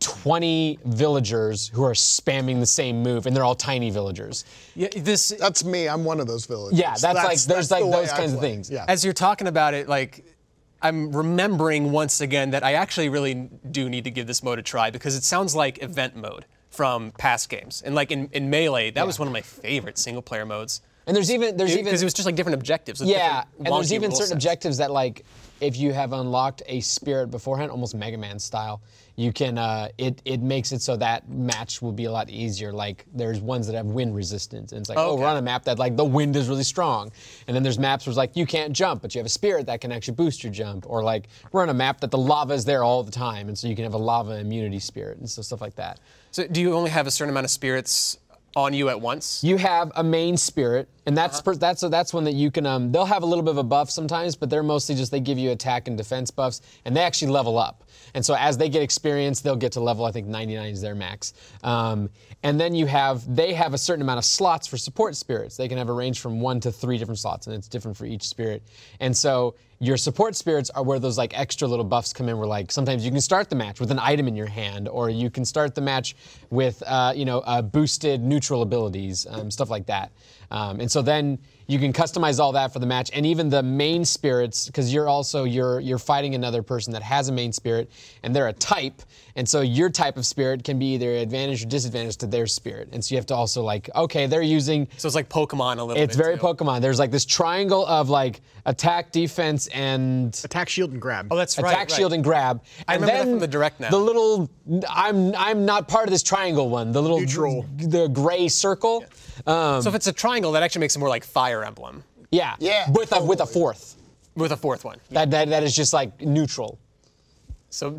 [SPEAKER 2] 20 villagers who are spamming the same move, and they're all tiny villagers.
[SPEAKER 4] Yeah, this
[SPEAKER 3] That's me. I'm one of those villagers.
[SPEAKER 2] Yeah, that's like- there's like
[SPEAKER 3] the way
[SPEAKER 2] those
[SPEAKER 3] I
[SPEAKER 2] kinds of
[SPEAKER 3] play.
[SPEAKER 2] things.
[SPEAKER 3] Yeah.
[SPEAKER 4] as you're talking about it, like I'm remembering once again that I actually really do need to give this mode a try because it sounds like event mode from past games. And like in, in Melee, that was one of my favorite single player modes.
[SPEAKER 2] And there's even there's even
[SPEAKER 4] Because it was just like different objectives. with
[SPEAKER 2] yeah,
[SPEAKER 4] different
[SPEAKER 2] and there's
[SPEAKER 4] wonky
[SPEAKER 2] even
[SPEAKER 4] rule
[SPEAKER 2] certain
[SPEAKER 4] sets.
[SPEAKER 2] objectives that like if you have unlocked a spirit beforehand, almost Mega Man style, you can uh, it it makes it so that match will be a lot easier. Like there's ones that have wind resistance, and it's like oh
[SPEAKER 4] Okay.
[SPEAKER 2] we're on a map that like the wind is really strong, and then there's maps where it's like you can't jump, but you have a spirit that can actually boost your jump, or like we're on a map that the lava is there all the time, and so you can have a lava immunity spirit and so stuff like that.
[SPEAKER 4] So do you only have a certain amount of spirits on you at once?
[SPEAKER 2] You have a main spirit, and that's per, that's that's one that you can. Um, they'll have a little bit of a buff sometimes, but they're mostly just they give you attack and defense buffs, and they actually level up. And so as they get experience, they'll get to level. I think 99 is their max. Um, and then you have they have a certain amount of slots for support spirits. They can have a range from one to three different slots, and it's different for each spirit. And so your support spirits are where those like extra little buffs come in. Where like sometimes you can start the match with an item in your hand, or you can start the match with uh, you know uh, boosted neutral abilities, um, stuff like that. Um, and so then You can customize all that for the match, and even the main spirits, because you're also you're you're fighting another person that has a main spirit, and they're a type, and so your type of spirit can be either advantage or disadvantage to their spirit, and so you have to also like, okay, they're using
[SPEAKER 4] So it's like Pokemon a little bit.
[SPEAKER 2] it's very
[SPEAKER 4] too.
[SPEAKER 2] Pokemon. There's like this triangle of like attack, defense, and
[SPEAKER 6] Attack, shield, and grab.
[SPEAKER 4] Oh, that's right.
[SPEAKER 2] attack,
[SPEAKER 4] right.
[SPEAKER 2] shield, and grab.
[SPEAKER 4] I
[SPEAKER 2] and
[SPEAKER 4] remember that
[SPEAKER 2] then
[SPEAKER 4] from the direct now.
[SPEAKER 2] The little I'm I'm not part of this triangle one. The little
[SPEAKER 6] Neutral.
[SPEAKER 2] the gray circle. Um,
[SPEAKER 4] So if it's a triangle, that actually makes it more like Fire Emblem
[SPEAKER 2] yeah.
[SPEAKER 3] Yeah,
[SPEAKER 2] With a with a
[SPEAKER 3] totally.
[SPEAKER 2] fourth.
[SPEAKER 4] with a fourth one.
[SPEAKER 2] That, that that is just like neutral.
[SPEAKER 4] So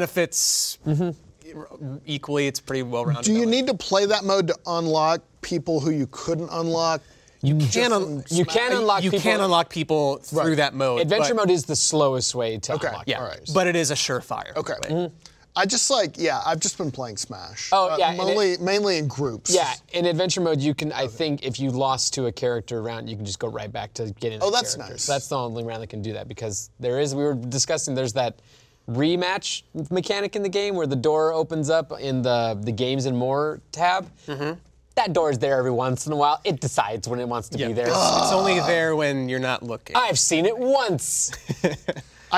[SPEAKER 4] benefits
[SPEAKER 2] Mm-hmm.
[SPEAKER 4] e- equally. It's pretty well rounded.
[SPEAKER 3] Do you need to play that mode to unlock people who you couldn't unlock?
[SPEAKER 2] You
[SPEAKER 4] can un-
[SPEAKER 2] you can unlock
[SPEAKER 4] you
[SPEAKER 2] people.
[SPEAKER 4] can unlock people through
[SPEAKER 3] Right.
[SPEAKER 4] that mode?
[SPEAKER 2] Adventure
[SPEAKER 4] but,
[SPEAKER 2] mode is the slowest way to
[SPEAKER 3] Okay,
[SPEAKER 2] unlock.
[SPEAKER 4] Yeah,
[SPEAKER 3] All right.
[SPEAKER 4] but it is a surefire.
[SPEAKER 3] Okay.
[SPEAKER 4] way.
[SPEAKER 3] I just like yeah. I've just been playing Smash. Uh,
[SPEAKER 2] Oh, yeah, and it-
[SPEAKER 3] Mainly, mainly in groups.
[SPEAKER 2] Yeah, in adventure mode, you can. I think if you lost to a character round, you can just go right back to getting.
[SPEAKER 3] Oh,
[SPEAKER 2] that
[SPEAKER 3] that's
[SPEAKER 2] character.
[SPEAKER 3] nice.
[SPEAKER 2] So that's the only round that can do that because there is. We were discussing there's that rematch mechanic in the game where the door opens up in the the games and more tab. That door is there every once in a while. It decides when it wants to
[SPEAKER 4] Yeah,
[SPEAKER 2] be there.
[SPEAKER 4] It's, it's only
[SPEAKER 2] Ah.
[SPEAKER 4] there when you're not looking.
[SPEAKER 2] I've seen it once.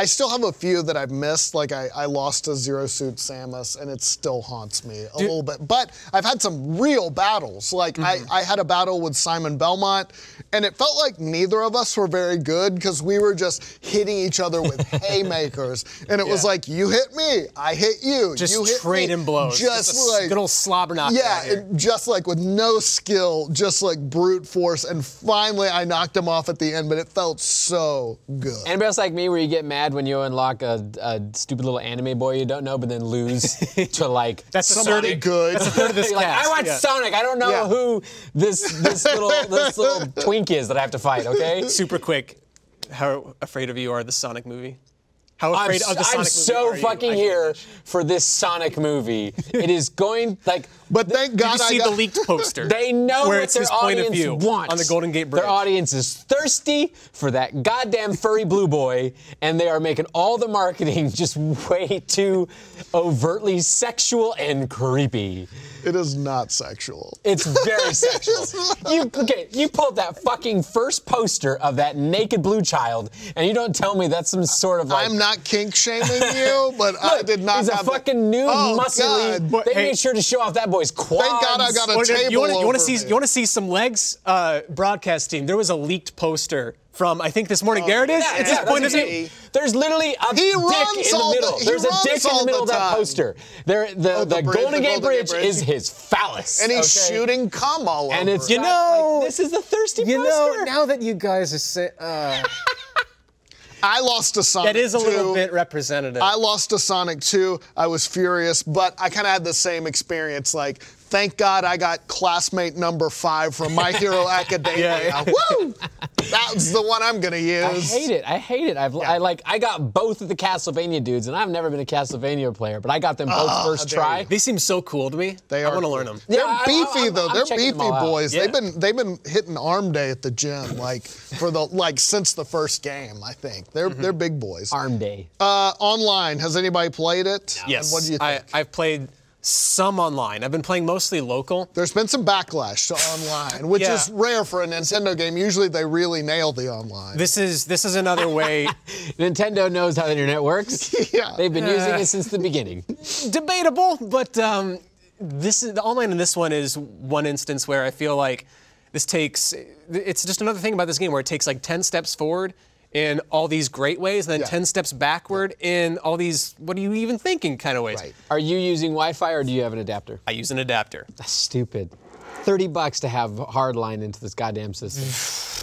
[SPEAKER 3] I still have a few that I've missed. Like I, I lost to Zero Suit Samus, and it still haunts me a little bit. But I've had some real battles. Like
[SPEAKER 4] Mm-hmm.
[SPEAKER 3] I, I had a battle with Simon Belmont, and it felt like neither of us were very good because we were just hitting each other with haymakers, and it was like you hit me, I hit you,
[SPEAKER 4] just
[SPEAKER 3] you hit
[SPEAKER 4] trade
[SPEAKER 3] me.
[SPEAKER 4] and blows.
[SPEAKER 3] Just
[SPEAKER 4] It's a s-
[SPEAKER 3] like
[SPEAKER 4] good old slobber knock.
[SPEAKER 3] yeah,
[SPEAKER 4] right here.
[SPEAKER 3] and just like with no skill, just like brute force, and finally I knocked him off at the end, but it felt so good.
[SPEAKER 2] Anybody else like me where you get mad when you unlock a, a stupid little anime boy you don't know, but then lose to like
[SPEAKER 4] that's
[SPEAKER 3] Somebody
[SPEAKER 4] a Sonic.
[SPEAKER 3] good.
[SPEAKER 4] That's a third of this
[SPEAKER 2] Like,
[SPEAKER 4] cast.
[SPEAKER 2] I watch
[SPEAKER 4] yeah.
[SPEAKER 2] Sonic. I don't know
[SPEAKER 3] Yeah.
[SPEAKER 2] who this this little this little twink is that I have to fight. Okay.
[SPEAKER 4] Super quick. How afraid of you are the Sonic movie? How
[SPEAKER 2] I'm,
[SPEAKER 4] afraid
[SPEAKER 2] s-
[SPEAKER 4] of the
[SPEAKER 2] I'm
[SPEAKER 4] Sonic
[SPEAKER 2] so
[SPEAKER 4] movie? are you?
[SPEAKER 2] fucking
[SPEAKER 4] I
[SPEAKER 2] here
[SPEAKER 4] can't-
[SPEAKER 2] for this Sonic movie. it is going like
[SPEAKER 3] But thank
[SPEAKER 4] Did you
[SPEAKER 3] God I
[SPEAKER 4] see
[SPEAKER 3] got,
[SPEAKER 4] the leaked poster?
[SPEAKER 2] they know
[SPEAKER 4] where
[SPEAKER 2] what
[SPEAKER 4] it's
[SPEAKER 2] their
[SPEAKER 4] his point
[SPEAKER 2] audience
[SPEAKER 4] of view
[SPEAKER 2] wants.
[SPEAKER 4] on the Golden Gate Bridge.
[SPEAKER 2] Their audience is thirsty for that goddamn furry blue boy, and they are making all the marketing just way too overtly sexual and creepy.
[SPEAKER 3] It is not sexual.
[SPEAKER 2] It's very sexual. You okay? You pulled that fucking first poster of that naked blue child, and you don't tell me that's some sort of like.
[SPEAKER 3] I'm not kink shaming you, but I
[SPEAKER 2] Look,
[SPEAKER 3] did not
[SPEAKER 2] He's a
[SPEAKER 3] have the-
[SPEAKER 2] fucking nude,
[SPEAKER 3] Oh,
[SPEAKER 2] muscly.
[SPEAKER 3] God.
[SPEAKER 2] They
[SPEAKER 4] Hey.
[SPEAKER 2] made sure to show off that boy's quads.
[SPEAKER 3] Thank God I got a
[SPEAKER 4] Wanna-
[SPEAKER 3] table
[SPEAKER 4] you want to
[SPEAKER 3] over
[SPEAKER 4] see
[SPEAKER 3] me.
[SPEAKER 4] you want to see some legs? Uh, broadcast team. There was a leaked poster from I think this morning. there it is.
[SPEAKER 2] Oh, Yeah,
[SPEAKER 4] it's
[SPEAKER 2] yeah,
[SPEAKER 4] his point of
[SPEAKER 2] that's
[SPEAKER 4] view.
[SPEAKER 2] okay. There's literally a
[SPEAKER 3] He
[SPEAKER 2] dick in
[SPEAKER 3] runs
[SPEAKER 2] the
[SPEAKER 3] all the-
[SPEAKER 2] middle.
[SPEAKER 3] he
[SPEAKER 2] There's a
[SPEAKER 3] runs
[SPEAKER 2] dick in
[SPEAKER 3] all
[SPEAKER 2] the
[SPEAKER 3] the
[SPEAKER 2] middle of that
[SPEAKER 3] time.
[SPEAKER 2] poster. There, the,
[SPEAKER 3] Oh, the
[SPEAKER 2] the
[SPEAKER 3] bridge, the
[SPEAKER 2] Golden Gate
[SPEAKER 3] Golden Gate
[SPEAKER 2] Bridge is
[SPEAKER 3] Bridge.
[SPEAKER 2] his phallus.
[SPEAKER 3] And he's
[SPEAKER 2] okay?
[SPEAKER 3] shooting cum all over.
[SPEAKER 2] And it's
[SPEAKER 3] it.
[SPEAKER 2] got,
[SPEAKER 4] know-
[SPEAKER 2] like, this is the thirsty
[SPEAKER 6] you
[SPEAKER 2] poster.
[SPEAKER 6] know, now that you guys are say, uh,
[SPEAKER 3] I lost to Sonic.
[SPEAKER 4] That is a
[SPEAKER 3] 2.
[SPEAKER 4] little bit representative.
[SPEAKER 3] I lost to Sonic 2. I was furious, but I kind of had the same experience. Like, thank God I got classmate number five from My Hero Academia. Woo! That's the one I'm gonna use.
[SPEAKER 2] I hate it. I hate it. I've I like I got both of the Castlevania dudes, and I've never been a Castlevania player, but I got them both
[SPEAKER 4] Oh,
[SPEAKER 2] first
[SPEAKER 3] dare
[SPEAKER 2] try.
[SPEAKER 3] you.
[SPEAKER 4] they seem so cool to me.
[SPEAKER 3] They
[SPEAKER 4] I
[SPEAKER 3] are
[SPEAKER 4] want to
[SPEAKER 3] cool.
[SPEAKER 4] learn them.
[SPEAKER 3] They're
[SPEAKER 2] I- I-
[SPEAKER 3] beefy
[SPEAKER 2] I'm-
[SPEAKER 3] though.
[SPEAKER 2] I'm
[SPEAKER 3] They're
[SPEAKER 2] checking
[SPEAKER 3] beefy
[SPEAKER 2] them all out.
[SPEAKER 3] boys.
[SPEAKER 4] Yeah.
[SPEAKER 3] They've been they've been hitting arm day at the gym like for the like since the first game. I think they're
[SPEAKER 4] Mm-hmm.
[SPEAKER 3] they're big boys.
[SPEAKER 2] Arm Day.
[SPEAKER 4] Oh.
[SPEAKER 3] Uh, online, has anybody played it? And
[SPEAKER 4] Yes.
[SPEAKER 3] What do you think?
[SPEAKER 4] I, I've played some online. I've been playing mostly local.
[SPEAKER 3] There's been some backlash to online, which
[SPEAKER 4] Yeah.
[SPEAKER 3] is rare for a Nintendo game. Usually they really nail the online.
[SPEAKER 4] This is this is another way.
[SPEAKER 2] Nintendo knows how the internet works.
[SPEAKER 3] Yeah.
[SPEAKER 2] They've been using it since the beginning.
[SPEAKER 4] debatable, but um, this is the online in this one is one instance where I feel like this takes. It's just another thing about this game where it takes like ten steps forward in all these great ways, and then
[SPEAKER 3] Yeah.
[SPEAKER 4] ten steps backward in all these what are you even thinking kind of ways.
[SPEAKER 3] Right.
[SPEAKER 2] Are you using Wi-Fi or do you have an adapter?
[SPEAKER 4] I use an adapter.
[SPEAKER 2] That's stupid. 30 bucks to have hardline into this goddamn system.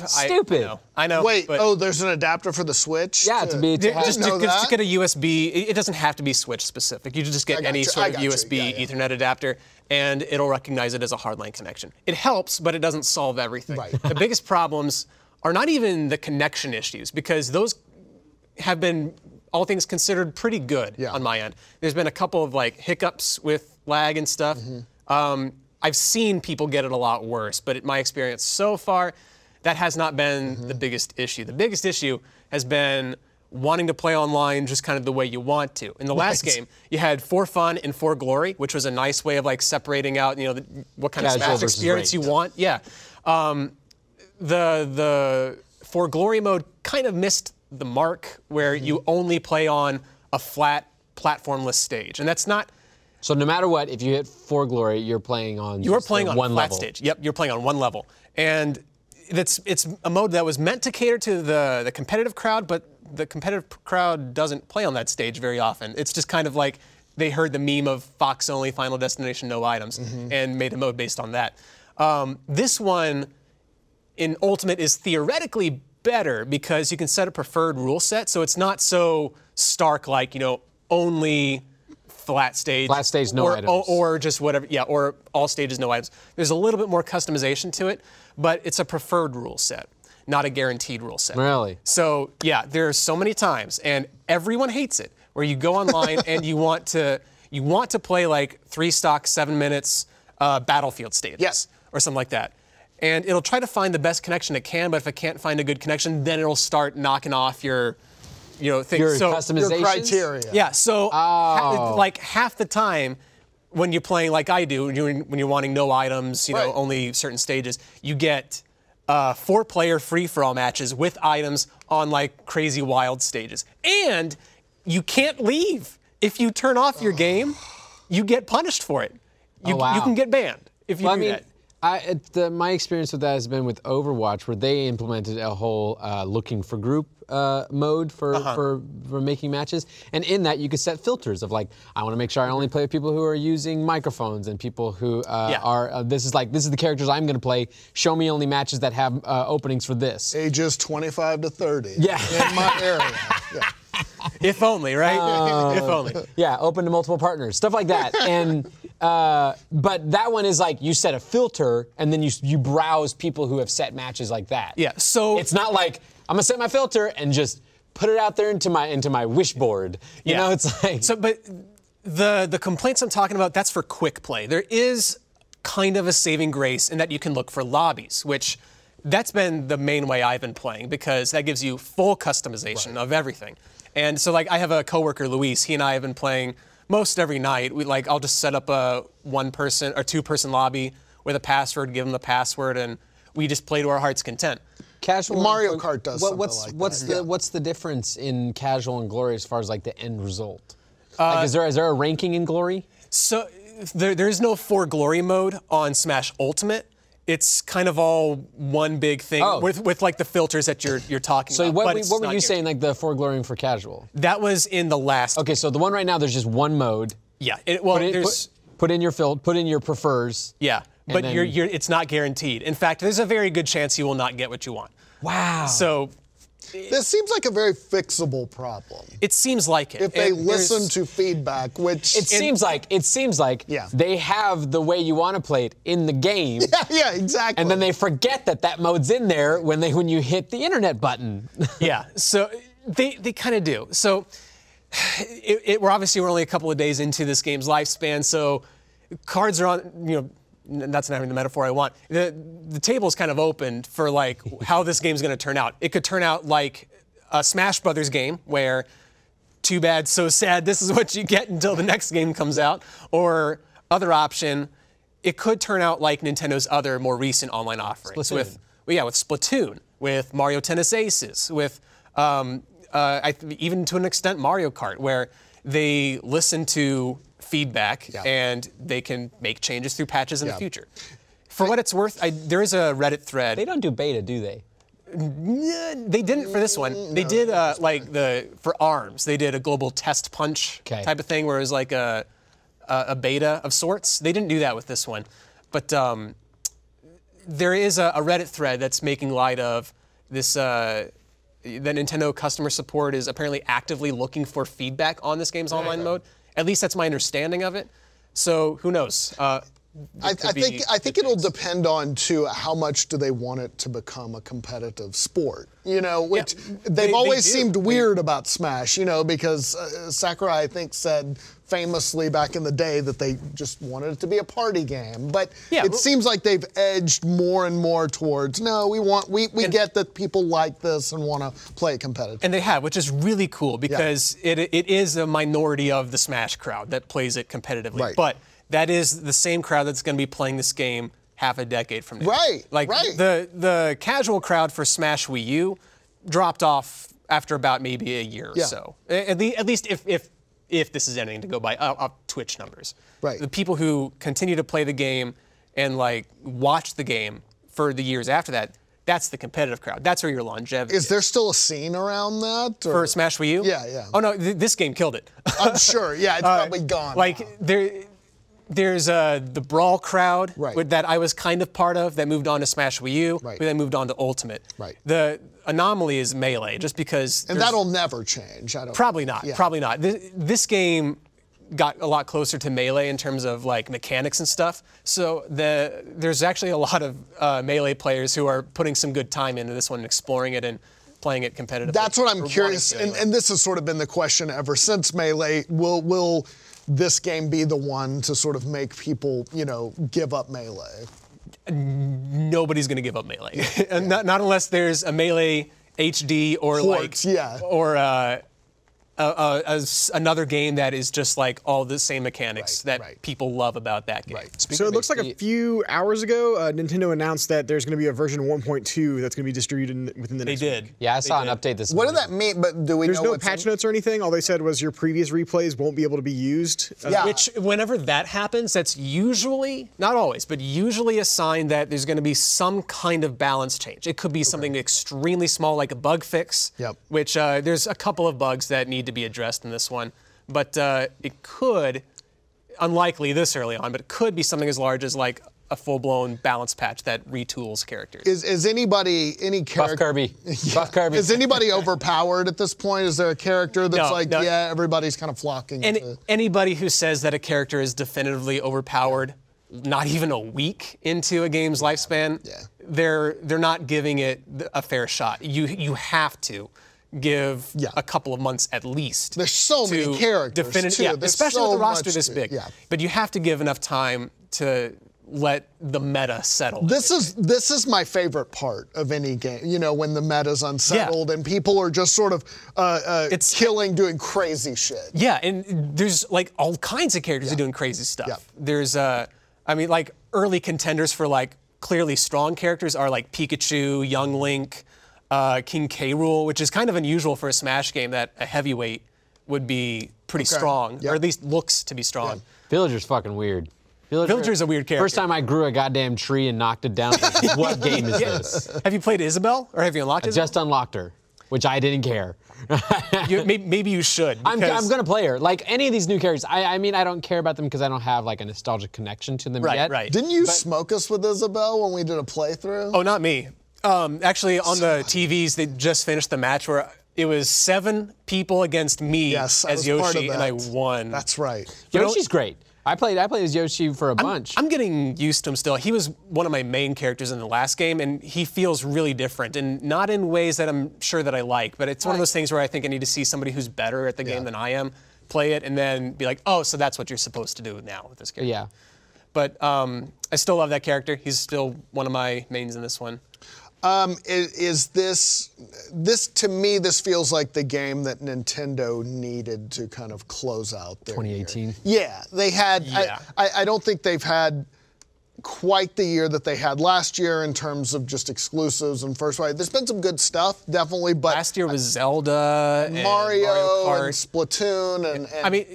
[SPEAKER 4] I-
[SPEAKER 2] Stupid.
[SPEAKER 4] I, know. I know,
[SPEAKER 3] Wait,
[SPEAKER 4] but-
[SPEAKER 3] oh, there's an adapter for the Switch?
[SPEAKER 2] Yeah, to be- to
[SPEAKER 4] Ju-
[SPEAKER 2] have-
[SPEAKER 4] just,
[SPEAKER 3] I
[SPEAKER 4] to,
[SPEAKER 3] didn't know
[SPEAKER 4] just to
[SPEAKER 3] that.
[SPEAKER 4] get a USB, it it doesn't have to be Switch specific. You just get
[SPEAKER 3] got
[SPEAKER 4] any
[SPEAKER 3] you, I
[SPEAKER 4] sort of
[SPEAKER 3] got you,
[SPEAKER 4] USB
[SPEAKER 3] yeah, yeah.
[SPEAKER 4] Ethernet adapter, and it'll recognize it as a hardline connection. It helps, but it doesn't solve everything.
[SPEAKER 3] Right.
[SPEAKER 4] The biggest problems are not even the connection issues because those have been, all things considered, pretty good
[SPEAKER 3] Yeah.
[SPEAKER 4] on my end. There's been a couple of like hiccups with lag and stuff. Um, I've seen people get it a lot worse, but in my experience so far, that has not been the biggest issue. The biggest issue has been wanting to play online just kind of the way you want to. In the last game, you had for fun and for glory, which was a nice way of like separating out, you know, the, what kind
[SPEAKER 2] Casual
[SPEAKER 4] of Smash
[SPEAKER 2] versus
[SPEAKER 4] experience
[SPEAKER 2] ranked.
[SPEAKER 4] you want. Yeah. Um, the the for glory mode kind of missed the mark where
[SPEAKER 2] Mm-hmm.
[SPEAKER 4] you only play on a flat platformless stage, and that's not
[SPEAKER 2] So no matter what, if you hit four glory, you're playing on
[SPEAKER 4] you are
[SPEAKER 2] just the
[SPEAKER 4] playing on
[SPEAKER 2] one
[SPEAKER 4] flat
[SPEAKER 2] level.
[SPEAKER 4] stage. Yep, you're playing on one level, and that's it's a mode that was meant to cater to the the competitive crowd, but the competitive p- crowd doesn't play on that stage very often. It's just kind of like they heard the meme of Fox only, Final Destination, no items,
[SPEAKER 2] Mm-hmm.
[SPEAKER 4] and made a mode based on that. Um, this one in Ultimate is theoretically better because you can set a preferred rule set, so it's not so stark like you know only flat stage,
[SPEAKER 2] Flat stage, no
[SPEAKER 4] or,
[SPEAKER 2] items.
[SPEAKER 4] or- or just whatever, yeah, or all stages, no items. There's a little bit more customization to it, but it's a preferred rule set, not a guaranteed rule set.
[SPEAKER 2] Really?
[SPEAKER 4] So yeah, there are so many times, and everyone hates it, where you go online and you want to you want to play like three stock, seven minutes uh, battlefield stages,
[SPEAKER 3] Yes.
[SPEAKER 4] or something like that. And it'll try to find the best connection it can, but if it can't find a good connection, then it'll start knocking off your, you know, things.
[SPEAKER 2] Your
[SPEAKER 4] so,
[SPEAKER 2] customization.
[SPEAKER 3] Your criteria.
[SPEAKER 4] yeah. So ha-
[SPEAKER 2] Oh.
[SPEAKER 4] like half the time when you're playing like I do, when you're, when you're wanting no items, you know,
[SPEAKER 3] Right.
[SPEAKER 4] only certain stages, you get uh, four-player free-for-all matches with items on like crazy wild stages, and you can't leave if you turn off your game. You get punished for it. You,
[SPEAKER 2] Oh, wow.
[SPEAKER 4] you can get banned if you
[SPEAKER 2] Well, I
[SPEAKER 4] do
[SPEAKER 2] mean,
[SPEAKER 4] that.
[SPEAKER 2] I, it, the, my experience with that has been with Overwatch, where they implemented a whole uh, looking for group uh, mode for,
[SPEAKER 4] Uh-huh.
[SPEAKER 2] for for making matches, and in that you could set filters of like, I want to make sure I only play with people who are using microphones and people who uh,
[SPEAKER 4] Mm-hmm. Yeah.
[SPEAKER 2] are. Uh, this is like this is the characters I'm going to play. Show me only matches that have uh, openings for this.
[SPEAKER 3] Ages 25 to 30. Yeah. In my area. Yeah.
[SPEAKER 4] If only, right? if only.
[SPEAKER 2] Yeah, open to multiple partners, stuff like that. and uh, but that one is like you set a filter, and then you you browse people who have set matches like that.
[SPEAKER 4] Yeah. So
[SPEAKER 2] it's not like I'm gonna set my filter and just put it out there into my into my wish board. You know, it's like
[SPEAKER 4] so. But the the complaints I'm talking about that's for quick play. There is kind of a saving grace in that you can look for lobbies, which that's been the main way I've been playing because that gives you full customization of everything. And so like I have a coworker Luis. He and I have been playing most every night. We like I'll just set up a one person or two person lobby with a password, give him the password, and we just play to our heart's content.
[SPEAKER 2] casual
[SPEAKER 3] Mario Kart does something
[SPEAKER 2] what's
[SPEAKER 3] like
[SPEAKER 2] what's
[SPEAKER 3] that,
[SPEAKER 2] the
[SPEAKER 3] yeah.
[SPEAKER 2] what's the difference in casual and glory as far as like the end result? like, is there is there a ranking in glory?
[SPEAKER 4] So there, there is no for glory mode on Smash Ultimate. It's kind of all one big thing
[SPEAKER 2] Oh.
[SPEAKER 4] with, with like the filters that you're you're talking
[SPEAKER 2] So
[SPEAKER 4] about.
[SPEAKER 2] what
[SPEAKER 4] Uh, but
[SPEAKER 2] we,
[SPEAKER 4] it's
[SPEAKER 2] what were
[SPEAKER 4] not
[SPEAKER 2] you saying
[SPEAKER 4] guaranteed.
[SPEAKER 2] like the for glorying for casual?
[SPEAKER 4] That was in the last.
[SPEAKER 2] Okay, so the one right now there's just one mode.
[SPEAKER 4] Yeah. It, well,
[SPEAKER 2] Put in,
[SPEAKER 4] there's
[SPEAKER 2] put, put in your fil- put in your prefers.
[SPEAKER 4] yeah,
[SPEAKER 2] and
[SPEAKER 4] but
[SPEAKER 2] then-
[SPEAKER 4] you're, you're it's not guaranteed. In fact, there's a very good chance you will not get what you want.
[SPEAKER 2] Wow.
[SPEAKER 4] So
[SPEAKER 3] This seems like a very fixable problem.
[SPEAKER 4] it seems like it.
[SPEAKER 3] If they
[SPEAKER 4] And there's-
[SPEAKER 3] listen to feedback, which
[SPEAKER 2] it seems like it seems like
[SPEAKER 3] Yeah.
[SPEAKER 2] they have the way you want to play it in the game.
[SPEAKER 3] yeah, exactly.
[SPEAKER 2] And then they forget that that mode's in there when they when you hit the internet button.
[SPEAKER 4] yeah. So they they kind of do. So it, it, we're obviously we're only a couple of days into this game's lifespan, so cards are on. You know, n- that's not even the metaphor I want. The the table's kind of open for like how this game's going to turn out. It could turn out like a Smash Brothers game where too bad, so sad. This is what you get until the next game comes out. Or other option, it could turn out like Nintendo's other more recent online offerings with, well, yeah, with Splatoon, with Mario Tennis Aces, with um, uh, I th- even to an extent Mario Kart, where they listen to feedback and they can make changes through patches in the future. For what it's worth, I, there is a Reddit thread.
[SPEAKER 2] They don't do beta, do they?
[SPEAKER 4] Yeah, they didn't for this one. They did uh, like the for arms. They did a global test punch
[SPEAKER 2] 'Kay.
[SPEAKER 4] type of thing where it was like a, a a beta of sorts. They didn't do that with this one, but um, there is a, a Reddit thread that's making light of this. Uh, that Nintendo customer support is apparently actively looking for feedback on this game's online mode. At least that's my understanding of it. So who knows? Uh,
[SPEAKER 3] I, I
[SPEAKER 4] it could be
[SPEAKER 3] think I think
[SPEAKER 4] good
[SPEAKER 3] it'll
[SPEAKER 4] things.
[SPEAKER 3] depend on too how much do they want it to become a competitive sport. You know, which they've
[SPEAKER 4] they
[SPEAKER 3] always
[SPEAKER 4] do.
[SPEAKER 3] seemed
[SPEAKER 4] They-
[SPEAKER 3] weird about Smash. You know, because uh, Sakurai I think said famously back in the day that they just wanted it to be a party game. But
[SPEAKER 4] Yeah,
[SPEAKER 3] it
[SPEAKER 4] well-
[SPEAKER 3] seems like they've edged more and more towards no, we want we, we get that people like this and want to play competitive.
[SPEAKER 4] And they have, which is really cool because it, it is a minority of the Smash crowd that plays it competitively.
[SPEAKER 3] Right.
[SPEAKER 4] But that is the same crowd that's going to be playing this game half a decade from now.
[SPEAKER 3] Right,
[SPEAKER 4] Like
[SPEAKER 3] right.
[SPEAKER 4] the the casual crowd for Smash Wii U dropped off after about maybe a year or
[SPEAKER 3] Yeah.
[SPEAKER 4] so. A- At, le- at least if if if this is anything to go by uh, uh, Twitch numbers.
[SPEAKER 3] Right.
[SPEAKER 4] The people who continue to play the game and like watch the game for the years after that, that's the competitive crowd. That's where your longevity
[SPEAKER 3] Is there still a scene around that? Or?
[SPEAKER 4] for Smash Wii U?
[SPEAKER 3] Yeah, yeah.
[SPEAKER 4] Oh no, th- this game killed it.
[SPEAKER 3] I'm sure. Yeah, it's probably gone.
[SPEAKER 4] like there, there's uh, the brawl crowd
[SPEAKER 3] Right.
[SPEAKER 4] with- that I was kind of part of that moved on to Smash Wii U,
[SPEAKER 3] Right.
[SPEAKER 4] who then moved on to Ultimate.
[SPEAKER 3] Right.
[SPEAKER 4] The anomaly is Melee, just because.
[SPEAKER 3] and
[SPEAKER 4] there's-
[SPEAKER 3] that'll never change. I don't.
[SPEAKER 4] probably not.
[SPEAKER 3] Yeah.
[SPEAKER 4] Probably not. This, this game got a lot closer to Melee in terms of like mechanics and stuff. So the there's actually a lot of uh, Melee players who are putting some good time into this one and exploring it and playing it competitively.
[SPEAKER 3] That's what
[SPEAKER 4] or
[SPEAKER 3] I'm
[SPEAKER 4] wanting
[SPEAKER 3] curious,
[SPEAKER 4] to
[SPEAKER 3] and,
[SPEAKER 4] anyway.
[SPEAKER 3] and this has sort of been the question ever since Melee. Will will this game be the one to sort of make people, you know, give up Melee?
[SPEAKER 4] nobody's going to give up melee. not, not unless there's a melee HD or
[SPEAKER 3] Ports,
[SPEAKER 4] like
[SPEAKER 3] yeah.
[SPEAKER 4] or uh, a, a- a s- another game that is just like all the same mechanics
[SPEAKER 3] Right,
[SPEAKER 4] that
[SPEAKER 3] right.
[SPEAKER 4] people love about that game.
[SPEAKER 3] Right.
[SPEAKER 6] So it looks like a few hours ago, uh, Nintendo announced that there's going to be a version 1.2 that's going to be distributed in, within the
[SPEAKER 4] They
[SPEAKER 6] next. week.
[SPEAKER 4] did.
[SPEAKER 2] Yeah, I saw an update this
[SPEAKER 3] What
[SPEAKER 2] morning.
[SPEAKER 3] did that mean? But do we
[SPEAKER 6] There's
[SPEAKER 3] know?
[SPEAKER 6] no
[SPEAKER 3] what's
[SPEAKER 6] patch
[SPEAKER 3] in-
[SPEAKER 6] notes or anything. All they said was your previous replays won't be able to be used. Uh,
[SPEAKER 3] Yeah.
[SPEAKER 4] Which, whenever that happens, that's usually, not always, but usually a sign that there's going to be some kind of balance change. It could be something extremely small, like a bug fix,
[SPEAKER 3] Yep.
[SPEAKER 4] which uh, there's a couple of bugs that need to be addressed in this one. But uh, it could, unlikely this early on, but it could be something as large as like a full blown balance patch that retools characters.
[SPEAKER 3] Is is anybody any
[SPEAKER 2] Buff
[SPEAKER 3] character?
[SPEAKER 2] Kirby. Buff Kirby.
[SPEAKER 3] Is anybody overpowered at this point? Is there a character that's
[SPEAKER 4] No,
[SPEAKER 3] like,
[SPEAKER 4] no.
[SPEAKER 3] yeah, everybody's kind of flocking?
[SPEAKER 4] And
[SPEAKER 3] to,
[SPEAKER 4] anybody who says that a character is definitively overpowered, not even a week into a game's lifespan, they're they're not giving it th- a fair shot. You you have to give
[SPEAKER 3] Yeah.
[SPEAKER 4] a couple of months at least.
[SPEAKER 3] There's so many
[SPEAKER 4] to
[SPEAKER 3] characters,
[SPEAKER 4] defini-
[SPEAKER 3] too.
[SPEAKER 4] yeah,
[SPEAKER 3] There's
[SPEAKER 4] especially
[SPEAKER 3] so
[SPEAKER 4] with a roster
[SPEAKER 3] much
[SPEAKER 4] this
[SPEAKER 3] to-
[SPEAKER 4] big.
[SPEAKER 3] yeah.
[SPEAKER 4] But you have to give enough time to let the meta settle.
[SPEAKER 3] This is this is my favorite part of any game. You know, when the meta's unsettled and people are just sort of uh, uh,
[SPEAKER 4] It's-
[SPEAKER 3] killing, doing crazy shit.
[SPEAKER 4] Yeah, and there's like all kinds of characters who are doing crazy stuff.
[SPEAKER 3] Yeah.
[SPEAKER 4] There's uh I mean like early contenders for like clearly strong characters are like Pikachu, Young Link, uh, King K. Rule, which is kind of unusual for a Smash game that a heavyweight would be pretty strong,
[SPEAKER 3] Yeah.
[SPEAKER 4] or at least looks to be strong.
[SPEAKER 2] Villager's fucking weird. Villager,
[SPEAKER 4] Villager's a weird character.
[SPEAKER 2] First time I grew a goddamn tree and knocked it down. what game is this?
[SPEAKER 4] Have you played Isabel, or have you unlocked Isabel?
[SPEAKER 2] Just unlocked her, which I didn't care.
[SPEAKER 4] You- may- maybe you should.
[SPEAKER 2] I'm,
[SPEAKER 4] because-
[SPEAKER 2] I'm gonna play her. Like any of these new characters, I, I mean, I don't care about them because I don't have like a nostalgic connection to them
[SPEAKER 4] Right,
[SPEAKER 2] yet.
[SPEAKER 4] right.
[SPEAKER 3] Didn't you smoke us with Isabel when we did a playthrough?
[SPEAKER 4] Oh, not me. Um, actually, on the TVs, they just finished the match where it was seven people against me
[SPEAKER 3] Yes, I
[SPEAKER 4] as
[SPEAKER 3] was part of
[SPEAKER 4] Yoshi, and I
[SPEAKER 3] that.
[SPEAKER 4] won.
[SPEAKER 3] That's right.
[SPEAKER 2] Yoshi's great. I played. I played as Yoshi for a bunch.
[SPEAKER 4] I'm getting used to him still. He was one of my main characters in the last game, and he feels really different, and not in ways that I'm sure that I like. But it's one of those things where I think I need to see somebody who's better at the game than I am play it, and then be like, oh, so that's what you're supposed to do now with this character.
[SPEAKER 2] yeah.
[SPEAKER 4] But um, I still love that character. He's still one of my mains in this one.
[SPEAKER 3] Um, i- is, this this to me? This feels like the game that Nintendo needed to kind of close out their year.
[SPEAKER 2] 2018.
[SPEAKER 3] Yeah, they had.
[SPEAKER 4] Yeah.
[SPEAKER 3] I, I, I don't think they've had quite the year that they had last year in terms of just exclusives and first party. There's been some good stuff, definitely, but
[SPEAKER 4] Last year was Zelda, and
[SPEAKER 3] Mario,
[SPEAKER 4] Mario Kart.
[SPEAKER 3] and Splatoon and, and
[SPEAKER 4] I mean,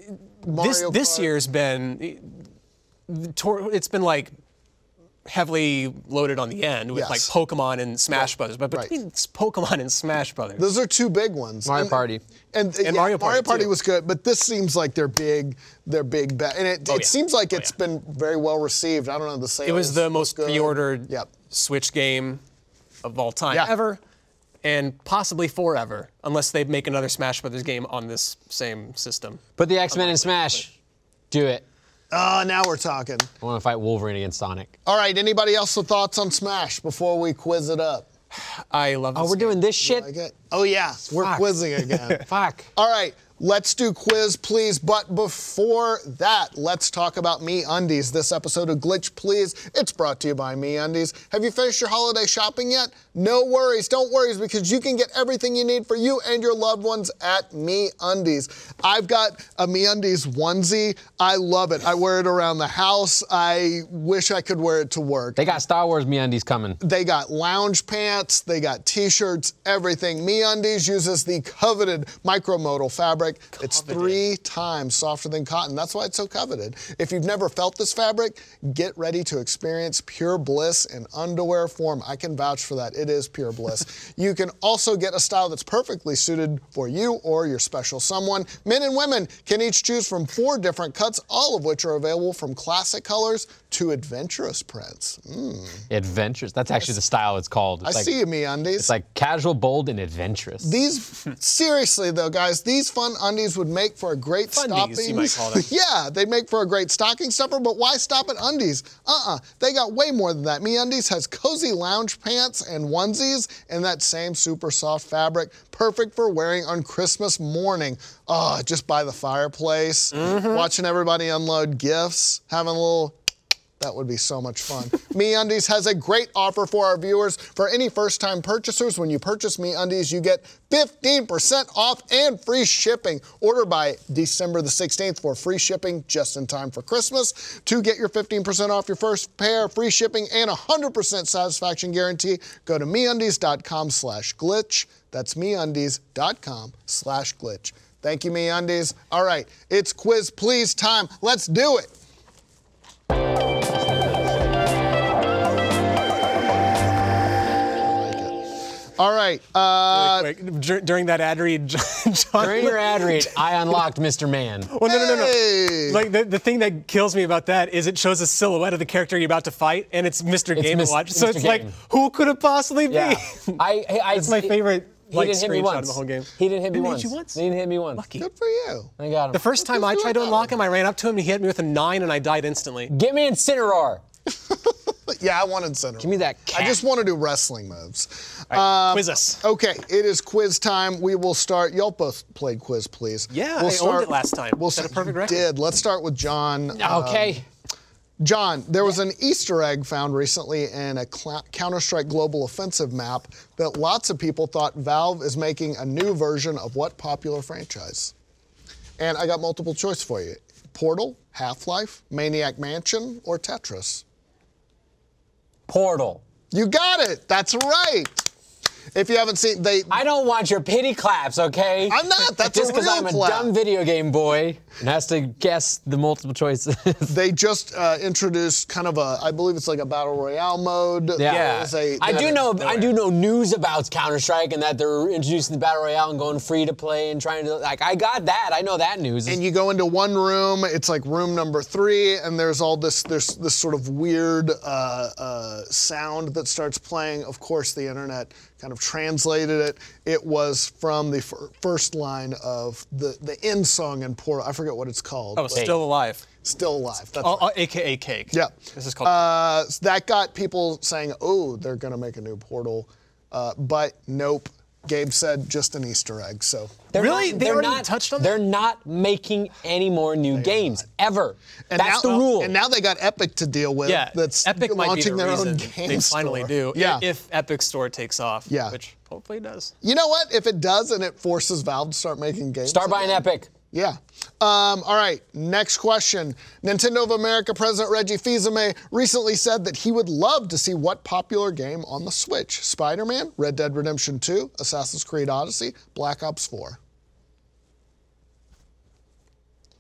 [SPEAKER 4] this
[SPEAKER 3] Mario
[SPEAKER 4] this
[SPEAKER 3] Kart.
[SPEAKER 4] year's been the tour- it's been like heavily loaded on the end with like
[SPEAKER 3] Yes.
[SPEAKER 4] Pokemon and Smash Brothers, but
[SPEAKER 3] Right.
[SPEAKER 4] between s- Pokemon and Smash Brothers,
[SPEAKER 3] Those are two big ones.
[SPEAKER 2] Mario
[SPEAKER 3] And-
[SPEAKER 2] Party.
[SPEAKER 3] And, uh, yeah,
[SPEAKER 4] Mario Party, too.
[SPEAKER 3] was good, but this seems like their big, their big bet. And it, it
[SPEAKER 4] yeah.
[SPEAKER 3] seems like
[SPEAKER 4] Oh,
[SPEAKER 3] it's
[SPEAKER 4] yeah.
[SPEAKER 3] been very well received. I don't know the sales.
[SPEAKER 4] it was the most
[SPEAKER 3] good.
[SPEAKER 4] pre-ordered
[SPEAKER 3] Yep.
[SPEAKER 4] Switch game of all time
[SPEAKER 3] Yeah.
[SPEAKER 4] ever, and possibly forever, unless they make another Smash Brothers game on this same system.
[SPEAKER 2] Put the X Men in Smash. Do it.
[SPEAKER 3] Oh, now we're talking.
[SPEAKER 2] I want to fight Wolverine against Sonic.
[SPEAKER 3] All right. Anybody else with thoughts on Smash before we quiz it up?
[SPEAKER 4] I love. This
[SPEAKER 2] Oh, we're
[SPEAKER 4] game.
[SPEAKER 2] doing this shit.
[SPEAKER 3] Like it? Oh yeah, we're
[SPEAKER 2] Fuck.
[SPEAKER 3] quizzing again.
[SPEAKER 2] Fuck.
[SPEAKER 3] All right. Let's do quiz, please. But before that, let's talk about Me Undies. This episode of Glitch Please, it's brought to you by Me Undies. Have you finished your holiday shopping yet? No worries, don't worry, because you can get everything you need for you and your loved ones at Me Undies. I've got a Me Undies onesie. I love it. I wear it around the house. I wish I could wear it to work.
[SPEAKER 2] They got Star Wars MeUndies coming.
[SPEAKER 3] They got lounge pants, they got t-shirts, everything. MeUndies uses the coveted micromodal fabric. It's three times softer than cotton. That's why it's so coveted. If you've never felt this fabric, get ready to experience pure bliss in underwear form. I can vouch for that. It is pure bliss. you can also get a style that's perfectly suited for you or your special someone. Men and women can each choose from four different cuts, all of which are available from classic colors to adventurous prints.
[SPEAKER 2] Adventures. That's actually the style it's called. It's
[SPEAKER 3] I
[SPEAKER 2] like,
[SPEAKER 3] see you, me undies.
[SPEAKER 2] It's like casual, bold, and adventurous.
[SPEAKER 3] These seriously though, guys, these fun undies would make for a great stopping.
[SPEAKER 4] Fundies, you might call them.
[SPEAKER 3] yeah, they make for a great stocking stuffer. But why stop at undies? Uh-uh, they got way more than that. Me Undies has cozy lounge pants and onesies in that same super soft fabric, perfect for wearing on Christmas morning. Oh, just by the fireplace,
[SPEAKER 4] Mm-hmm.
[SPEAKER 3] watching everybody unload gifts, having a little that would be so much fun. MeUndies has a great offer for our viewers. For any first-time purchasers, when you purchase MeUndies, you get 15% off and free shipping. Order by December the 16th for free shipping just in time for Christmas. To get your 15% off your first pair, free shipping, and 100% satisfaction guarantee, go to MeUndies.com slash glitch. That's MeUndies.com slash glitch. Thank you, MeUndies. All right, it's quiz please time. Let's do it. All right. Uh,
[SPEAKER 4] Wait, wait, dur- during that ad read, John.
[SPEAKER 2] During your ad read, I unlocked Mr. Man.
[SPEAKER 4] Well, Oh, no, no, no,
[SPEAKER 3] Hey!
[SPEAKER 4] no. Like the, the thing that kills me about that is it shows a silhouette of the character you're about to fight, and it's Mr. Game
[SPEAKER 2] Mis-
[SPEAKER 4] and Watch. So
[SPEAKER 2] Mr.
[SPEAKER 4] it's like,
[SPEAKER 2] Game.
[SPEAKER 4] who could it possibly be?
[SPEAKER 2] Yeah. I, I, I,
[SPEAKER 4] That's my favorite,
[SPEAKER 2] He
[SPEAKER 4] like,
[SPEAKER 2] didn't hit me
[SPEAKER 4] screenshot
[SPEAKER 2] once.
[SPEAKER 4] of the whole game.
[SPEAKER 2] He didn't hit me
[SPEAKER 4] Didn't hit
[SPEAKER 2] once.
[SPEAKER 4] you once?
[SPEAKER 2] He didn't hit me once.
[SPEAKER 4] Lucky.
[SPEAKER 3] good for you.
[SPEAKER 2] I got him.
[SPEAKER 4] The first time I tried to unlock him, I ran up to him and he hit me with a nine, and I died instantly.
[SPEAKER 2] Get me Incineroar.
[SPEAKER 3] Yeah, I wanted center. Give
[SPEAKER 2] me that
[SPEAKER 3] I
[SPEAKER 2] cat.
[SPEAKER 3] just want to do wrestling moves.
[SPEAKER 4] Quiz us.
[SPEAKER 3] Okay, it is quiz time. We will start. Y'all both played quiz, please.
[SPEAKER 4] Yeah, I owned it last time.
[SPEAKER 3] We'll
[SPEAKER 4] Set a
[SPEAKER 3] start-
[SPEAKER 4] perfect
[SPEAKER 3] you
[SPEAKER 4] record.
[SPEAKER 3] Did let's start with John. um,
[SPEAKER 2] Okay.
[SPEAKER 3] John, there was an Easter egg found recently in a Cla- Counter Strike Global Offensive map that lots of people thought Valve is making a new version of what popular franchise? And I got multiple choice for you: Portal, Half Life, Maniac Mansion, or Tetris.
[SPEAKER 2] Portal.
[SPEAKER 3] You got it. That's right. If you haven't seen, they
[SPEAKER 2] I don't want your pity claps, okay?
[SPEAKER 3] I'm not. That's
[SPEAKER 2] Just
[SPEAKER 3] a
[SPEAKER 2] because
[SPEAKER 3] real
[SPEAKER 2] I'm a
[SPEAKER 3] clap.
[SPEAKER 2] dumb video game boy and has to guess the multiple choices.
[SPEAKER 3] they just uh, introduced kind of a, I believe it's like a battle royale mode. There is a-
[SPEAKER 2] I do
[SPEAKER 3] there-
[SPEAKER 2] know. I do know news about Counter Strike and that they're introducing the battle royale and going free to play and trying to like. I got that. I know that news.
[SPEAKER 3] And you go into one room. It's like room number three, and there's all this there's this sort of weird uh, uh, sound that starts playing. Of course, the internet kind of translated it. It was from the fir- first line of the the end song in Portal. I forget what it's called.
[SPEAKER 4] Oh,
[SPEAKER 3] but
[SPEAKER 4] still alive.
[SPEAKER 3] still alive. That's
[SPEAKER 4] Oh, oh, AKA Cake.
[SPEAKER 3] Yeah.
[SPEAKER 4] This is called.
[SPEAKER 3] Uh, so that got people saying, oh, they're going to make a new portal. Uh, but nope. Gabe said just an Easter egg. So,
[SPEAKER 2] They're
[SPEAKER 4] Really?
[SPEAKER 2] Not,
[SPEAKER 4] They
[SPEAKER 2] are
[SPEAKER 4] already
[SPEAKER 2] not,
[SPEAKER 4] touched on that?
[SPEAKER 2] They're not making any more new games ever.
[SPEAKER 3] and
[SPEAKER 2] That's
[SPEAKER 3] now, uh,
[SPEAKER 2] the rule.
[SPEAKER 3] And now they got Epic to deal with.
[SPEAKER 4] yeah,
[SPEAKER 3] That's
[SPEAKER 4] Epic might be the
[SPEAKER 3] launching their
[SPEAKER 4] reason
[SPEAKER 3] own game
[SPEAKER 4] they finally
[SPEAKER 3] store.
[SPEAKER 4] do. i-
[SPEAKER 3] Yeah.
[SPEAKER 4] If Epic Store takes off,
[SPEAKER 3] Yeah.
[SPEAKER 4] which hopefully it does.
[SPEAKER 3] you know what? If it does, and it forces Valve to start making games.
[SPEAKER 2] Start buying
[SPEAKER 3] again.
[SPEAKER 2] Epic.
[SPEAKER 3] Yeah. Um, all right. Next question. Nintendo of America President Reggie Fils-Aimé recently said that he would love to see what popular game on the Switch: Spider-Man, Red Dead Redemption 2, Assassin's Creed Odyssey, Black Ops 4.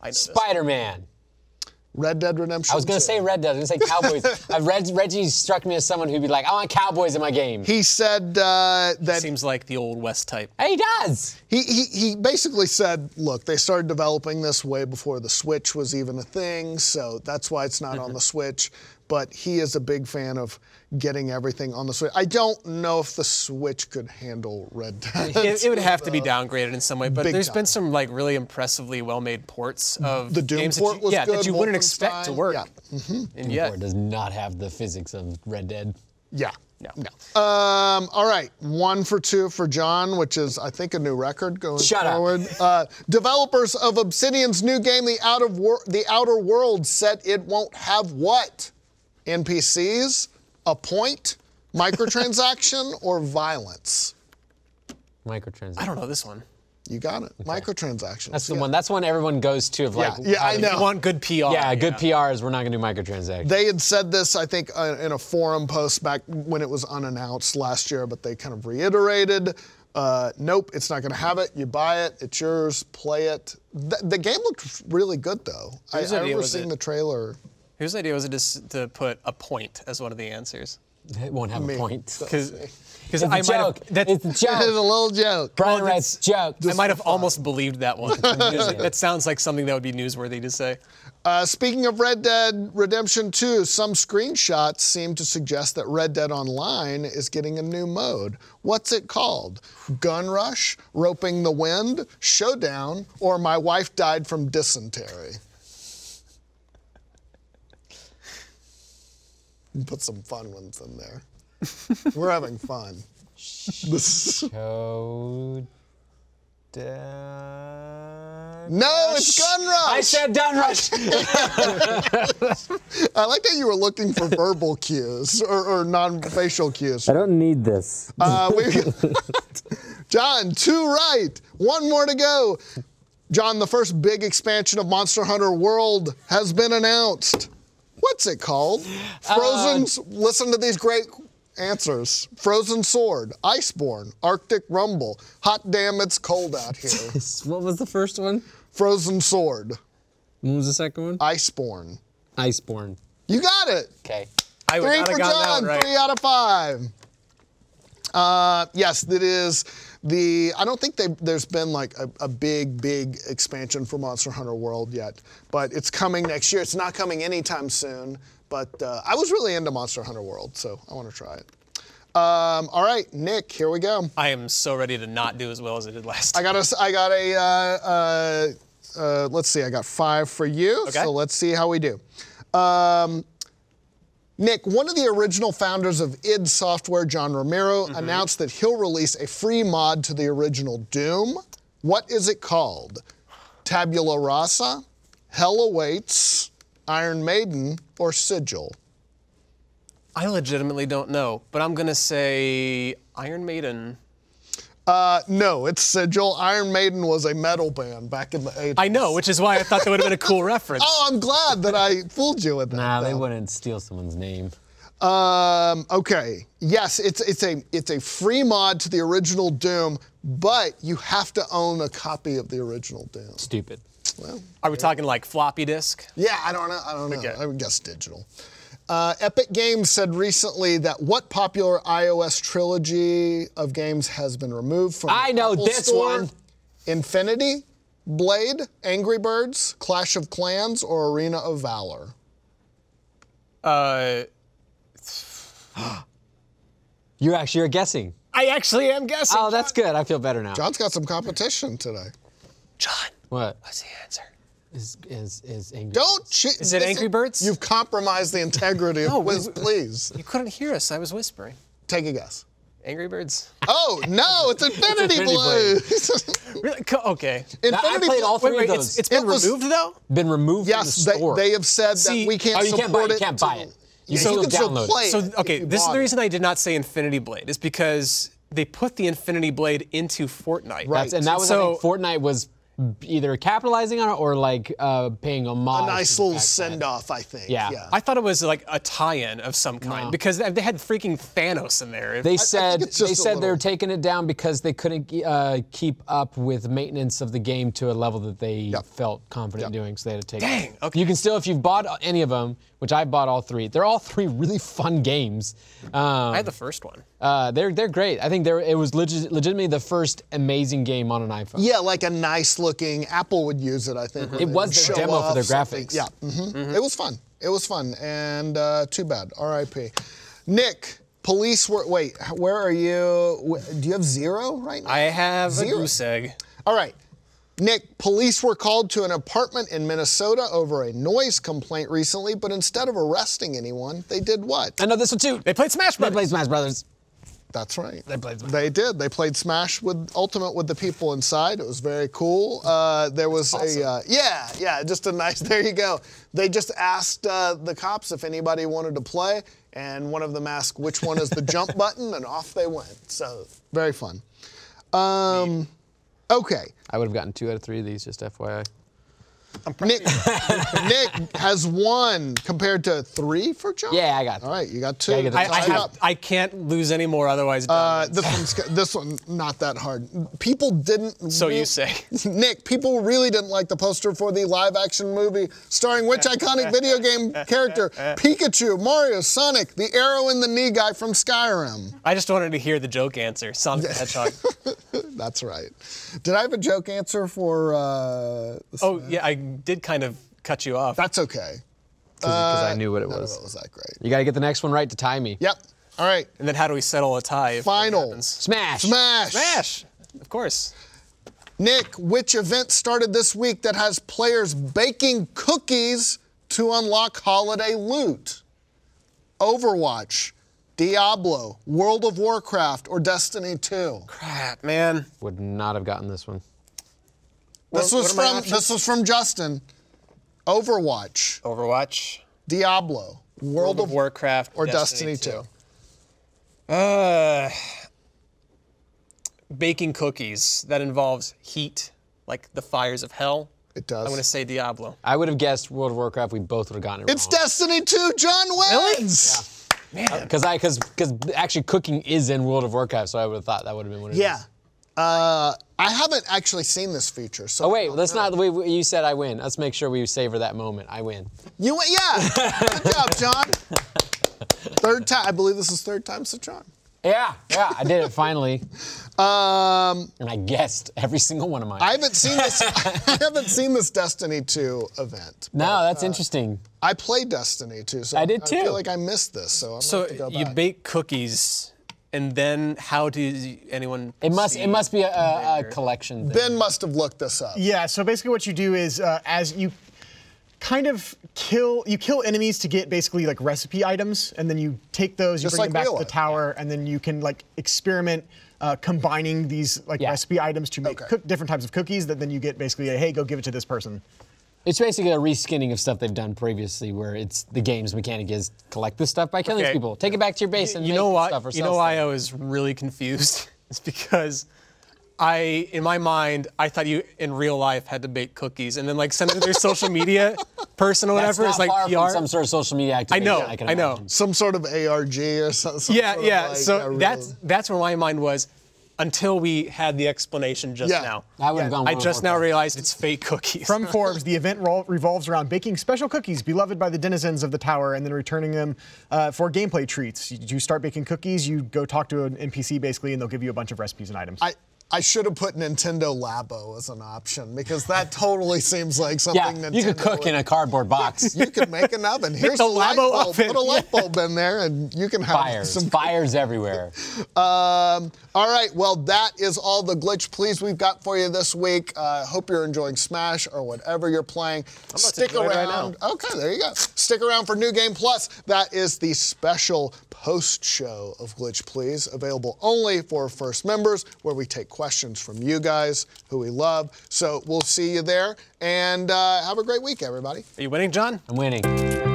[SPEAKER 4] I know this.
[SPEAKER 2] Spider Man.
[SPEAKER 3] Red Dead Redemption.
[SPEAKER 2] I was gonna
[SPEAKER 3] 2.
[SPEAKER 2] say Red Dead. I was gonna say Cowboys. uh, Reg, Reggie struck me as someone who'd be like, I want Cowboys in my game.
[SPEAKER 3] He said uh, that
[SPEAKER 4] Seems like the old West type.
[SPEAKER 2] And he does.
[SPEAKER 3] he, he he basically said, look, they started developing this way before the Switch was even a thing, so that's why it's not on
[SPEAKER 4] Mm-hmm.
[SPEAKER 3] the Switch. But he is a big fan of getting everything on the Switch. I don't know if the Switch could handle Red Dead.
[SPEAKER 4] It, it would have to be downgraded in some way, but
[SPEAKER 3] big
[SPEAKER 4] there's
[SPEAKER 3] time.
[SPEAKER 4] been some like really impressively well-made ports of
[SPEAKER 3] The Doom
[SPEAKER 4] games that
[SPEAKER 3] port
[SPEAKER 4] you,
[SPEAKER 3] was
[SPEAKER 4] yeah,
[SPEAKER 3] good,
[SPEAKER 4] that you wouldn't expect to
[SPEAKER 3] Wolfenstein,
[SPEAKER 4] work.
[SPEAKER 3] yeah.
[SPEAKER 4] And yet,
[SPEAKER 2] Or does not have the physics of Red Dead.
[SPEAKER 3] yeah.
[SPEAKER 4] No.
[SPEAKER 3] Um, all right, one for two for John, which is I think a new record going
[SPEAKER 2] Shut up.
[SPEAKER 3] forward. Uh, developers of Obsidian's new game, The Out of Wor- The Outer World, said it won't have what? NPCs, a point, microtransaction, or violence.
[SPEAKER 2] Microtransaction.
[SPEAKER 4] I don't know this one.
[SPEAKER 3] You got it. Microtransactions.
[SPEAKER 2] That's the one. That's one everyone goes to of like.
[SPEAKER 3] Yeah, yeah, I
[SPEAKER 2] how-
[SPEAKER 3] know.
[SPEAKER 4] You want good PR.
[SPEAKER 2] Yeah, good PR is we're not gonna do microtransactions.
[SPEAKER 3] They had said this, I think, uh, in a forum post back when it was unannounced last year, but they kind of reiterated. Uh, nope, it's not going to have it. You buy it, it's yours. Play it. Th- the game looked really good, though. I, I
[SPEAKER 4] Whose idea
[SPEAKER 3] remember
[SPEAKER 4] was
[SPEAKER 3] seeing
[SPEAKER 4] it?
[SPEAKER 3] the trailer.
[SPEAKER 4] Whose idea was it just to put a point as one of the answers?
[SPEAKER 2] It won't have a point.
[SPEAKER 4] Because
[SPEAKER 2] It's a
[SPEAKER 4] I might
[SPEAKER 2] joke.
[SPEAKER 4] have that,
[SPEAKER 2] It's a
[SPEAKER 3] It's a
[SPEAKER 2] joke.
[SPEAKER 3] little joke.
[SPEAKER 2] Brian
[SPEAKER 4] Well,
[SPEAKER 2] writes joke.
[SPEAKER 4] I might have almost believed that one. that sounds like something that would be newsworthy to say.
[SPEAKER 3] Uh, speaking of Red Dead Redemption 2, some screenshots seem to suggest that Red Dead Online is getting a new mode. What's it called? Gun Rush, Roping the Wind, Showdown, or My Wife Died from Dysentery? Put some fun ones in there. We're having fun. This-
[SPEAKER 2] Go down.
[SPEAKER 3] no, it's Gun Rush!
[SPEAKER 2] I said down rush.
[SPEAKER 3] I like that you were looking for verbal cues or, or non-facial cues.
[SPEAKER 7] I don't need this.
[SPEAKER 3] Uh, we John, two right, one more to go. John, the first big expansion of Monster Hunter World has been announced. What's it called? Frozen's. listen to these great answers: Frozen Sword, Iceborne, Arctic Rumble. Hot damn, it's cold out here.
[SPEAKER 7] what was the first one?
[SPEAKER 3] Frozen Sword,
[SPEAKER 7] What was the second one?
[SPEAKER 3] Iceborne.
[SPEAKER 7] Iceborne.
[SPEAKER 3] You got it.
[SPEAKER 2] okay.
[SPEAKER 4] I would
[SPEAKER 3] Three
[SPEAKER 4] not
[SPEAKER 3] for
[SPEAKER 4] have gotten that one
[SPEAKER 3] John.
[SPEAKER 4] right.
[SPEAKER 3] Three out of five. Uh, yes, that is the. I don't think they, there's been like a, a big, big expansion for Monster Hunter World yet, but it's coming next year. It's not coming anytime soon. But uh, I was really into Monster Hunter World, so I want to try it. Um, all right, Nick, here we go.
[SPEAKER 4] I am so ready to not do as well as I did last
[SPEAKER 3] I
[SPEAKER 4] time.
[SPEAKER 3] got a. s- I got a. Uh, uh, uh, let's see. I got five for you.
[SPEAKER 4] Okay.
[SPEAKER 3] So let's see how we do. Um, Nick, one of the original founders of id Software, John Romero,
[SPEAKER 4] Mm-hmm.
[SPEAKER 3] announced that he'll release a free mod to the original Doom. What is it called? Tabula Rasa, Hell Awaits, Iron Maiden, or Sigil?
[SPEAKER 4] I legitimately don't know, but I'm gonna say Iron Maiden.
[SPEAKER 3] Uh, no, it's Sigil. Iron Maiden was a metal band back in the 80s.
[SPEAKER 4] I know, which is why I thought that would have been a cool reference.
[SPEAKER 3] Oh, I'm glad that I fooled you with that.
[SPEAKER 2] Nah, they
[SPEAKER 3] though.
[SPEAKER 2] wouldn't steal someone's name.
[SPEAKER 3] Um, okay. Yes, it's it's a it's a free mod to the original Doom, but you have to own a copy of the original Doom.
[SPEAKER 2] Stupid.
[SPEAKER 4] Are we talking like floppy disk?
[SPEAKER 3] Yeah, I don't know. I don't know. I would guess digital. Uh, Epic Games said recently that what popular iOS trilogy of games has been removed from
[SPEAKER 2] I
[SPEAKER 3] the
[SPEAKER 2] know
[SPEAKER 3] Apple
[SPEAKER 2] this
[SPEAKER 3] Store?
[SPEAKER 2] one.
[SPEAKER 3] Infinity, Blade, Angry Birds, Clash of Clans, or Arena of Valor.
[SPEAKER 4] Uh,
[SPEAKER 2] You actually are guessing.
[SPEAKER 4] I actually am guessing.
[SPEAKER 2] Oh, that's good. I feel better now.
[SPEAKER 3] John's got some competition today.
[SPEAKER 4] John.
[SPEAKER 2] What
[SPEAKER 4] What's the answer?
[SPEAKER 2] is is is angry?
[SPEAKER 3] Don't cheat.
[SPEAKER 4] Is it Angry Birds?
[SPEAKER 3] You've compromised the integrity of
[SPEAKER 4] No, we-
[SPEAKER 3] Wiz, please.
[SPEAKER 4] You couldn't hear us. I was whispering.
[SPEAKER 3] Take a guess.
[SPEAKER 4] Angry Birds.
[SPEAKER 3] Oh, no, it's Infinity
[SPEAKER 2] Infinity Blade.
[SPEAKER 3] Blues.
[SPEAKER 4] Really? Co- Okay.
[SPEAKER 2] I played all
[SPEAKER 3] Blade-
[SPEAKER 2] three
[SPEAKER 4] Wait,
[SPEAKER 2] of those.
[SPEAKER 4] it's, it's been
[SPEAKER 3] It was-
[SPEAKER 4] removed though.
[SPEAKER 2] been removed
[SPEAKER 3] Yes,
[SPEAKER 2] from the
[SPEAKER 3] they,
[SPEAKER 2] store.
[SPEAKER 3] they have said
[SPEAKER 4] See-
[SPEAKER 3] that we can't
[SPEAKER 2] oh, you can't buy it.
[SPEAKER 3] support
[SPEAKER 2] You
[SPEAKER 3] it.
[SPEAKER 2] can't buy it. You
[SPEAKER 3] Yeah,
[SPEAKER 2] can
[SPEAKER 3] you
[SPEAKER 2] still
[SPEAKER 3] can still
[SPEAKER 2] download it.
[SPEAKER 3] play it.
[SPEAKER 4] So okay,
[SPEAKER 3] if you
[SPEAKER 4] this is
[SPEAKER 3] bought
[SPEAKER 4] the
[SPEAKER 3] it.
[SPEAKER 4] reason I did not say Infinity Blade is because they put the Infinity Blade into Fortnite.
[SPEAKER 2] That's, and that was I think
[SPEAKER 4] So-
[SPEAKER 2] Fortnite was either capitalizing on it or like uh, paying homage.
[SPEAKER 3] A
[SPEAKER 2] to
[SPEAKER 3] nice
[SPEAKER 2] the
[SPEAKER 3] little
[SPEAKER 2] fact that-
[SPEAKER 3] send off, I think.
[SPEAKER 2] Yeah.
[SPEAKER 4] I thought it was like a tie-in of some kind because they had freaking Thanos in there.
[SPEAKER 2] They
[SPEAKER 3] think
[SPEAKER 2] said
[SPEAKER 3] it's just
[SPEAKER 2] they
[SPEAKER 3] a
[SPEAKER 2] said they
[SPEAKER 3] little-
[SPEAKER 2] were taking it down because they couldn't uh, keep up with maintenance of the game to a level that they felt confident doing, so they had to take.
[SPEAKER 4] Dang,
[SPEAKER 2] It.
[SPEAKER 4] okay.
[SPEAKER 2] You can still, if you've bought any of them, which I bought all three. They're all three really fun games. Um,
[SPEAKER 4] I had the first one.
[SPEAKER 2] uh, they're they're great. I think they're it was legit, legitimately the first amazing game on an iPhone.
[SPEAKER 3] Yeah, like a nice looking Apple would use it. I think when
[SPEAKER 2] It
[SPEAKER 3] they
[SPEAKER 2] was their
[SPEAKER 3] would show
[SPEAKER 2] demo for
[SPEAKER 3] off
[SPEAKER 2] their
[SPEAKER 3] something.
[SPEAKER 2] graphics.
[SPEAKER 3] Yeah, mhm. it was fun. It was fun, and uh, too bad. R.I.P. Nick, police were. Wait, where are you? Wh- Do you have zero right now?
[SPEAKER 4] I have
[SPEAKER 3] Zero.
[SPEAKER 4] a goose egg.
[SPEAKER 3] All right. Nick, police were called to an apartment in Minnesota over a noise complaint recently, but instead of arresting anyone, they did what?
[SPEAKER 2] I know this one too.
[SPEAKER 4] They played Smash
[SPEAKER 2] They
[SPEAKER 4] Brothers.
[SPEAKER 2] played Smash Brothers.
[SPEAKER 3] That's right.
[SPEAKER 2] They played Smash.
[SPEAKER 3] They did. They played Smash with Ultimate with the people inside. It was very cool. Uh, there was a uh, yeah, yeah, just a nice. There you go. They just asked uh, the cops if anybody wanted to play, and one of them asked which one is the jump button, and off they went. So very fun. Um, okay.
[SPEAKER 2] I would have gotten two out of three of these, just FYI.
[SPEAKER 3] Nick, Nick has one compared to three for John.
[SPEAKER 2] Yeah, I got
[SPEAKER 3] All right, you got two.
[SPEAKER 2] Yeah, I get the
[SPEAKER 4] I,
[SPEAKER 3] Tied
[SPEAKER 4] I,
[SPEAKER 3] up.
[SPEAKER 4] have, I can't lose any more, otherwise.
[SPEAKER 3] Uh,
[SPEAKER 4] Uh,
[SPEAKER 3] this one's this one not that hard. People didn't.
[SPEAKER 4] So you say.
[SPEAKER 3] Nick. People really didn't like the poster for the live-action movie starring which iconic video game character? Pikachu, Mario, Sonic, the arrow in the knee guy from Skyrim.
[SPEAKER 4] I just wanted to hear the joke answer. Sonic the Hedgehog.
[SPEAKER 3] That's right. Did I have a joke answer for? Uh,
[SPEAKER 4] oh yeah, I did kind of cut you off.
[SPEAKER 3] that's okay.
[SPEAKER 2] Because
[SPEAKER 3] Uh,
[SPEAKER 2] I knew what it
[SPEAKER 3] None
[SPEAKER 2] was.
[SPEAKER 3] of it was that great.
[SPEAKER 2] You got to get the next one right to tie me.
[SPEAKER 3] Yep. All right.
[SPEAKER 4] and then how do we settle a tie? if that
[SPEAKER 3] Final.
[SPEAKER 4] happens?
[SPEAKER 2] Smash.
[SPEAKER 3] Smash.
[SPEAKER 4] Smash. Of course.
[SPEAKER 3] Nick, which event started this week that has players baking cookies to unlock holiday loot? Overwatch, Diablo, World of Warcraft, or Destiny 2?
[SPEAKER 4] Crap, man.
[SPEAKER 2] Would not have gotten this one.
[SPEAKER 3] This
[SPEAKER 4] What-
[SPEAKER 3] was
[SPEAKER 4] what are my
[SPEAKER 3] from
[SPEAKER 4] options?
[SPEAKER 3] this was from Justin. Overwatch,
[SPEAKER 4] Overwatch,
[SPEAKER 3] Diablo, World,
[SPEAKER 4] World of Warcraft,
[SPEAKER 3] or Destiny, 2.
[SPEAKER 4] Uh, baking cookies that involves heat, like the fires of hell.
[SPEAKER 3] It does.
[SPEAKER 4] I'm gonna say Diablo.
[SPEAKER 2] I would have guessed World of Warcraft. We both would have gotten it
[SPEAKER 3] it's Destiny 2, John wins.
[SPEAKER 2] Because I, because, because actually cooking is in World of Warcraft, so I would have thought that would have been what it is.
[SPEAKER 3] Yeah. Uh, I haven't actually seen this feature. So
[SPEAKER 2] Oh wait, let's not. We, we- you said I win. Let's make sure we savor that moment. I win.
[SPEAKER 3] You went, yeah. Good job, John. Third time. I believe this is third time's the charm.
[SPEAKER 2] Yeah, yeah, I did it finally,
[SPEAKER 3] Um,
[SPEAKER 2] and I guessed every single one of mine.
[SPEAKER 3] I haven't seen this. I haven't seen this Destiny 2 event.
[SPEAKER 2] no, that's
[SPEAKER 3] uh,
[SPEAKER 2] interesting.
[SPEAKER 3] I played Destiny 2, so
[SPEAKER 2] I did
[SPEAKER 3] I
[SPEAKER 2] too.
[SPEAKER 3] feel like I missed this, so I'm
[SPEAKER 4] So
[SPEAKER 3] gonna have to go
[SPEAKER 4] you
[SPEAKER 3] back.
[SPEAKER 4] bake cookies, and then how does anyone?
[SPEAKER 2] It must,
[SPEAKER 4] see
[SPEAKER 2] it must be a, a, a
[SPEAKER 4] there?
[SPEAKER 2] collection. Thing.
[SPEAKER 3] ben must have looked this up.
[SPEAKER 5] Yeah. So basically, what you do is uh, as you kind of kill you kill enemies to get basically like recipe items, and then you take those, you
[SPEAKER 3] Just
[SPEAKER 5] bring
[SPEAKER 3] like
[SPEAKER 5] them back
[SPEAKER 3] real
[SPEAKER 5] to
[SPEAKER 3] life.
[SPEAKER 5] the tower, and then you can like experiment. Uh, combining these like
[SPEAKER 2] Yeah.
[SPEAKER 5] recipe items to make
[SPEAKER 3] Okay.
[SPEAKER 5] cook different types of cookies that then you get basically a hey go give it to this person
[SPEAKER 2] It's basically a reskinning of stuff they've done previously, where it's the game's mechanic is collect this stuff by killing
[SPEAKER 4] Okay.
[SPEAKER 2] these people, take it back to your base, and
[SPEAKER 4] you
[SPEAKER 2] make
[SPEAKER 4] know why?
[SPEAKER 2] stuff or
[SPEAKER 4] You
[SPEAKER 2] sell
[SPEAKER 4] know why
[SPEAKER 2] stuff.
[SPEAKER 4] I was really confused? it's because I, in my mind, I thought you in real life had to bake cookies, and then like send it to their social media person or
[SPEAKER 2] That's
[SPEAKER 4] uh, whatever.
[SPEAKER 2] not
[SPEAKER 4] It's like
[SPEAKER 2] far from
[SPEAKER 4] PR.
[SPEAKER 2] some sort of social media
[SPEAKER 4] I
[SPEAKER 2] activation.
[SPEAKER 4] know.
[SPEAKER 2] I,
[SPEAKER 4] I,
[SPEAKER 2] can
[SPEAKER 4] know.
[SPEAKER 2] imagine.
[SPEAKER 3] Some sort of ARG or something.
[SPEAKER 4] Yeah, yeah. so
[SPEAKER 3] that
[SPEAKER 4] that's that's where my mind was until we had the explanation just
[SPEAKER 3] Yeah.
[SPEAKER 4] now.
[SPEAKER 2] I would have gone.
[SPEAKER 4] I
[SPEAKER 2] World of
[SPEAKER 4] just now
[SPEAKER 2] Warcraft.
[SPEAKER 4] realized it's fake cookies.
[SPEAKER 5] From Forbes, the event rol- revolves around baking special cookies beloved by the denizens of the tower and then returning them uh, for gameplay treats. You, you start baking cookies, you go talk to an NPC basically, and they'll give you a bunch of recipes and items.
[SPEAKER 3] I I should have put Nintendo Labo as an option because that totally seems like something
[SPEAKER 2] Yeah,
[SPEAKER 3] Nintendo
[SPEAKER 2] you could cook
[SPEAKER 3] would-
[SPEAKER 2] in a cardboard box.
[SPEAKER 3] you could make an oven. Here's
[SPEAKER 4] the
[SPEAKER 3] a light
[SPEAKER 4] Labo
[SPEAKER 3] bulb.
[SPEAKER 4] oven.
[SPEAKER 3] Put a light bulb in there, and you can have
[SPEAKER 2] Fires,
[SPEAKER 3] some
[SPEAKER 2] fires everywhere.
[SPEAKER 3] Um, all right, well, that is all the glitch please we've got for you this week. Uh, hope you're enjoying Smash or whatever you're playing. Stick
[SPEAKER 4] enjoy it right
[SPEAKER 3] around. okay, there you go. Stick around for New Game Plus. That is the special post show of Glitch Please, available only for first members, where we take questions from you guys who we love. So we'll see you there, and uh, have a great week, everybody.
[SPEAKER 4] Are you winning, John?
[SPEAKER 2] I'm winning.